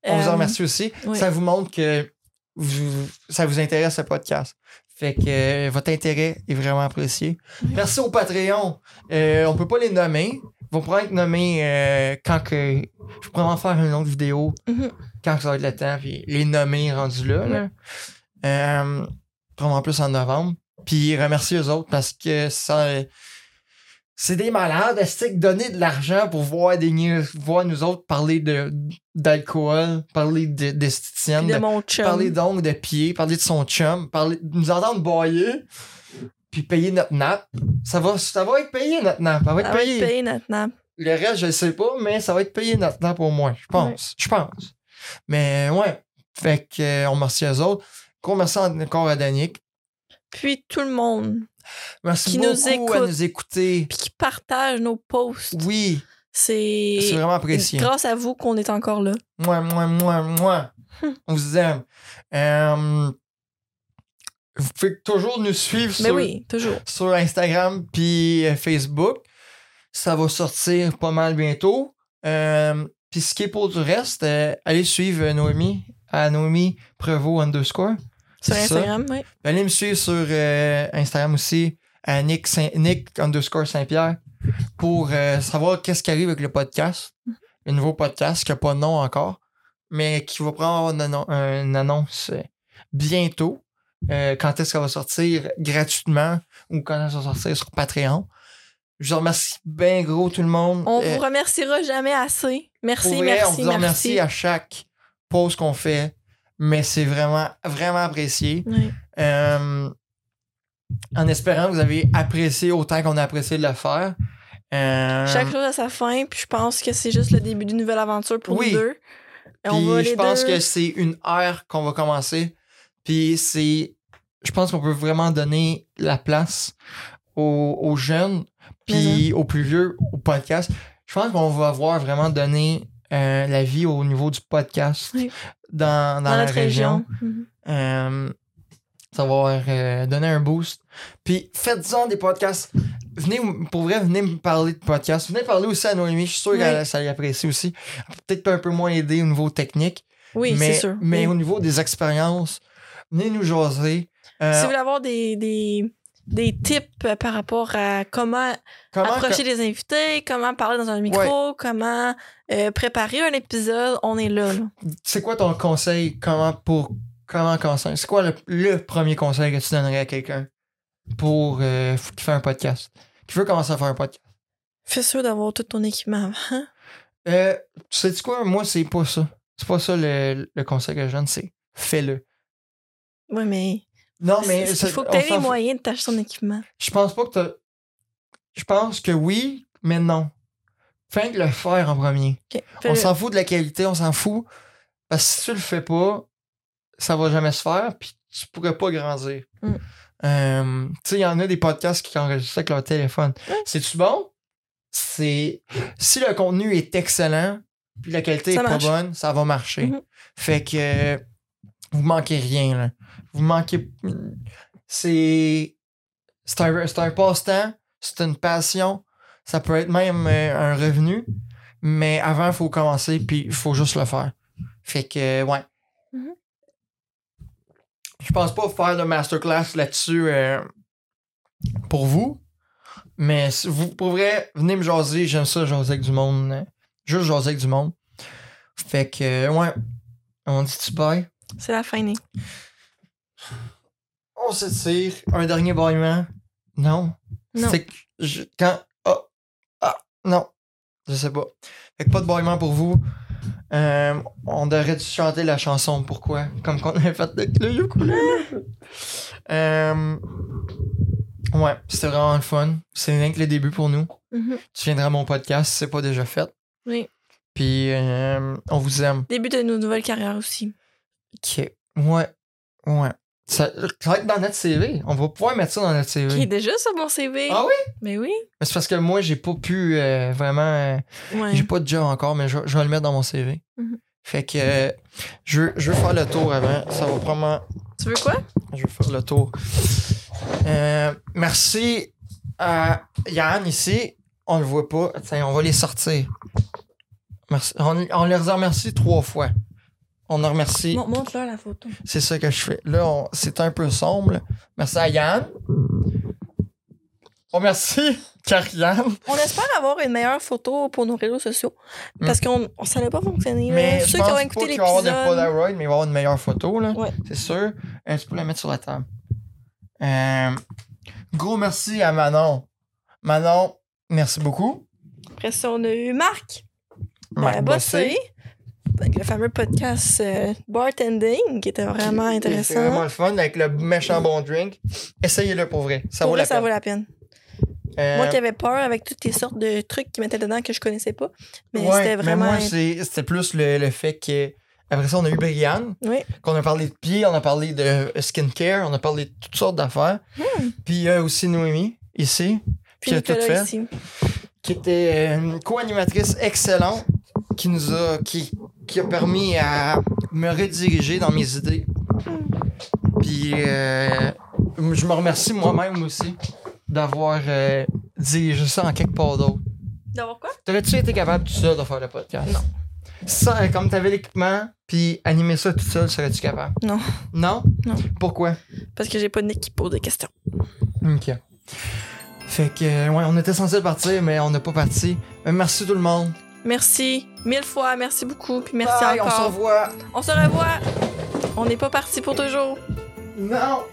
S1: On vous
S2: euh,
S1: en remercie aussi.
S2: oui.
S1: Ça vous montre que vous- ça vous intéresse le podcast. Fait que euh, votre intérêt est vraiment apprécié.
S2: Oui.
S1: Merci au Patreon. Euh, on peut pas les nommer. Ils vont probablement être nommés euh, quand que. Je pourrais en faire une autre vidéo
S2: Mhm.
S1: quand que ça va être le temps. Puis les nommer rendus là. là. Euh, probablement plus en novembre. Puis remercier eux autres parce que ça. C'est des malades, c'est donner de l'argent pour voir des news- voir nous autres parler de d'alcool, parler de- d'esthéticienne,
S2: Puis de
S1: de-
S2: mon chum.
S1: parler donc de pied, parler de son chum, parler, nous entendre boyer, puis payer notre nappe. Ça va, ça va être payé notre nappe, ça va être
S2: Ah
S1: payé.
S2: oui, payé maintenant.
S1: Le reste, je le sais pas, mais ça va être payé notre temps pour moi, je pense. Je pense. Mais ouais, fait que, euh, on remercie eux autres. Gros merci encore à Danick.
S2: Puis tout le monde.
S1: Merci
S2: Qui nous
S1: beaucoup à
S2: écoute.
S1: nous écouter.
S2: Puis qui partage nos posts.
S1: Oui,
S2: C'est
S1: c'est vraiment apprécié.
S2: grâce à vous qu'on est encore là.
S1: Moi, moi, moi, moi. On vous aime. Euh, vous pouvez toujours nous suivre
S2: Mais
S1: sur,
S2: Ben oui, toujours.
S1: sur Instagram puis euh, Facebook. Ça va sortir pas mal bientôt. Euh, puis ce qui est pour du reste, euh, allez suivre euh, Noémie à Noémie Prévost underscore.
S2: Sur
S1: C'est ça.
S2: Instagram, oui.
S1: Ben, allez me suivre sur euh, Instagram aussi, à Nick, Saint- Nick underscore Saint-Pierre, pour euh, savoir qu'est-ce qui arrive avec le podcast. Le nouveau podcast qui n'a pas de nom encore, mais qui va prendre une, annon- une annonce euh, bientôt. Euh, quand est-ce qu'elle va sortir gratuitement ou quand elle va sortir sur Patreon. Je vous remercie bien gros tout le monde.
S2: On
S1: Euh,
S2: vous remerciera jamais assez. Merci,
S1: pour vrai,
S2: merci,
S1: on vous en
S2: merci.
S1: remercie à chaque pause qu'on fait, mais c'est vraiment, vraiment apprécié.
S2: Oui.
S1: Euh, en espérant que vous avez apprécié autant qu'on a apprécié de le faire. Euh,
S2: Chaque chose à sa fin, puis je pense que c'est juste le début d'une nouvelle aventure pour
S1: Oui.
S2: nous deux. Et on
S1: puis
S2: va
S1: je
S2: les
S1: pense
S2: deux-
S1: que c'est une ère qu'on va commencer. Puis c'est. Je pense qu'on peut vraiment donner la place aux, aux jeunes,
S2: Mm-hmm.
S1: puis aux plus vieux, au podcast. Je pense qu'on va avoir vraiment donné euh, la vie au niveau du podcast
S2: Oui.
S1: dans, dans
S2: dans,
S1: la
S2: notre région.
S1: région.
S2: Mhm.
S1: Euh, ça va euh, donner un boost. Puis faites-en des podcasts. Venez, m- pour vrai, venez me parler de podcasts. Venez parler aussi à Noémie. Je suis sûr
S2: Oui.
S1: que ça y apprécie aussi. Peut-être un peu moins aidé au niveau technique.
S2: Oui,
S1: mais,
S2: c'est sûr.
S1: Mais
S2: Oui.
S1: au niveau des expériences, venez nous jaser. Euh,
S2: Si vous voulez avoir des, des, des tips euh, par rapport à comment,
S1: comment,
S2: approcher les invités, comment parler dans un micro, comment euh, préparer un épisode, on est là. là.
S1: co- c'est quoi ton conseil comment pour comment conseil? C'est quoi le, le premier conseil que tu donnerais à quelqu'un pour euh, f- qui fait un podcast? Qui veut commencer à faire un podcast?
S2: Fais sûr d'avoir tout ton équipement avant.
S1: Euh, tu sais quoi, moi, c'est pas ça. C'est pas ça le, le conseil que je donne, c'est fais-le.
S2: Oui, mais,
S1: Non, mais.
S2: il
S1: ça-
S2: faut que
S1: on
S2: tu aies les
S1: s'en fout.
S2: moyens de t'acheter ton équipement.
S1: Je pense pas que t'as. Je pense que oui, mais non. Fais que le faire en premier.
S2: Ok,
S1: On
S2: fais-le.
S1: s'en fout de la qualité, on s'en fout. Parce que si tu le fais pas, ça va jamais se faire, puis tu pourrais pas grandir.
S2: Mm.
S1: Euh, tu sais, il y en a des podcasts qui enregistrent avec leur téléphone. C'est-tu bon? C'est. Si le contenu est excellent, puis la qualité
S2: Ça
S1: est
S2: marche.
S1: pas bonne, ça va marcher.
S2: Mhm.
S1: Fait que. euh, Vous manquez rien, là. Vous manquez. C'est. C'est un, c'est un passe-temps, c'est une passion, ça peut être même euh, un revenu, mais avant, il faut commencer, puis il faut juste le faire. Fait que, euh, ouais.
S2: Mhm.
S1: Je pense pas faire de masterclass là-dessus euh, pour vous, mais si vous pourrez, venez me jaser, j'aime ça, jaser avec du monde. euh, Juste jaser avec du monde. Fait que, euh, ouais. On dit-tu bye?
S2: C'est la fin, né.
S1: On se tire. Un dernier baillement. Non.
S2: Non.
S1: C'est que je- quand. Ah! Ah! Non. Je sais pas. Fait que pas de baillement pour vous. Euh, on aurait dû chanter la chanson Pourquoi? Comme qu'on avait fait avec le ukulélé. Euh, ouais, c'était vraiment le fun. C'est rien que le début pour nous.
S2: Mhm.
S1: Tu viendras à mon podcast si c'est pas déjà fait.
S2: Oui.
S1: Puis euh, on vous aime.
S2: Début de nos nouvelles carrières aussi.
S1: Ok. Ouais. Ouais. Ça, ça va être dans notre CV. On va pouvoir mettre ça dans notre CV.
S2: Qui est déjà sur mon CV.
S1: Ah oui?
S2: Mais oui.
S1: Mais c'est parce que moi, j'ai pas pu euh, vraiment. euh,
S2: Ouais.
S1: J'ai pas de job encore, mais je, je vais le mettre dans mon CV.
S2: Mhm.
S1: Fait que euh, je, veux- je veux faire le tour avant. Ça va probablement.
S2: Tu veux quoi?
S1: Je vais faire le tour. Euh, merci à Yann ici. On le voit pas. Tiens, on va les sortir. Merci. On, on les remercie trois fois. On en remercie.
S2: Mon- Montre-leur la photo.
S1: C'est ça que je fais. Là, on- c'est un peu sombre. là. Merci à Yann. On remercie Yann.
S2: On espère avoir une meilleure photo pour nos réseaux sociaux. Parce qu'on on- ça n'a pas fonctionné. là.
S1: Mm. Mais je
S2: Ceux
S1: pense
S2: qui ont
S1: pas
S2: écouté
S1: qu'il va y avoir des
S2: l'épisode.
S1: Polaroid, mais il va y avoir une meilleure photo, là.
S2: Ouais.
S1: C'est sûr. Euh, tu peux la mettre sur la table. Euh, gros merci à Manon. Manon, merci beaucoup.
S2: Après ça, on a eu Marc.
S1: Marc
S2: euh,
S1: Bossé.
S2: Bossé. Avec le fameux podcast euh, Bartending, qui était vraiment intéressant.
S1: C'est vraiment le fun avec le méchant bon drink. Essayez-le pour vrai. Ça
S2: Pour
S1: vaut
S2: vrai,
S1: la
S2: ça
S1: peine.
S2: vaut la peine.
S1: Euh,
S2: Moi qui avais peur avec toutes les sortes de trucs qui mettaient dedans que je connaissais pas. Mais
S1: ouais,
S2: c'était vraiment.
S1: moi, c'est- c'était plus le, le fait que. Après ça, on a eu Brianne,
S2: Oui.
S1: qu'on a parlé de pieds, on a parlé de skincare, on a parlé de toutes sortes d'affaires.
S2: Hmm.
S1: Puis il y a aussi Noémie, ici.
S2: Puis
S1: qui a
S2: Nicolas
S1: tout fait.
S2: ici.
S1: qui était une co-animatrice excellente, qui nous a, qui, qui a permis à me rediriger dans mes idées. Puis euh, je me remercie moi-même aussi d'avoir euh, dirigé ça en quelque part d'autre.
S2: D'avoir quoi?
S1: T'aurais-tu été capable tout seul de faire le podcast?
S2: Non.
S1: Ça, comme t'avais l'équipement, puis animer ça tout seul, serais-tu capable?
S2: Non.
S1: Non?
S2: Non.
S1: Pourquoi?
S2: Parce que j'ai pas de nez qui pose des questions.
S1: Ok. Fait que, euh, ouais, on était censé partir, mais on n'a pas parti. Euh, merci tout le monde.
S2: Merci. Mille fois, merci beaucoup. Puis merci
S1: Bye, on se
S2: encore.
S1: revoit.
S2: On se revoit. On n'est pas parti pour toujours.
S1: No.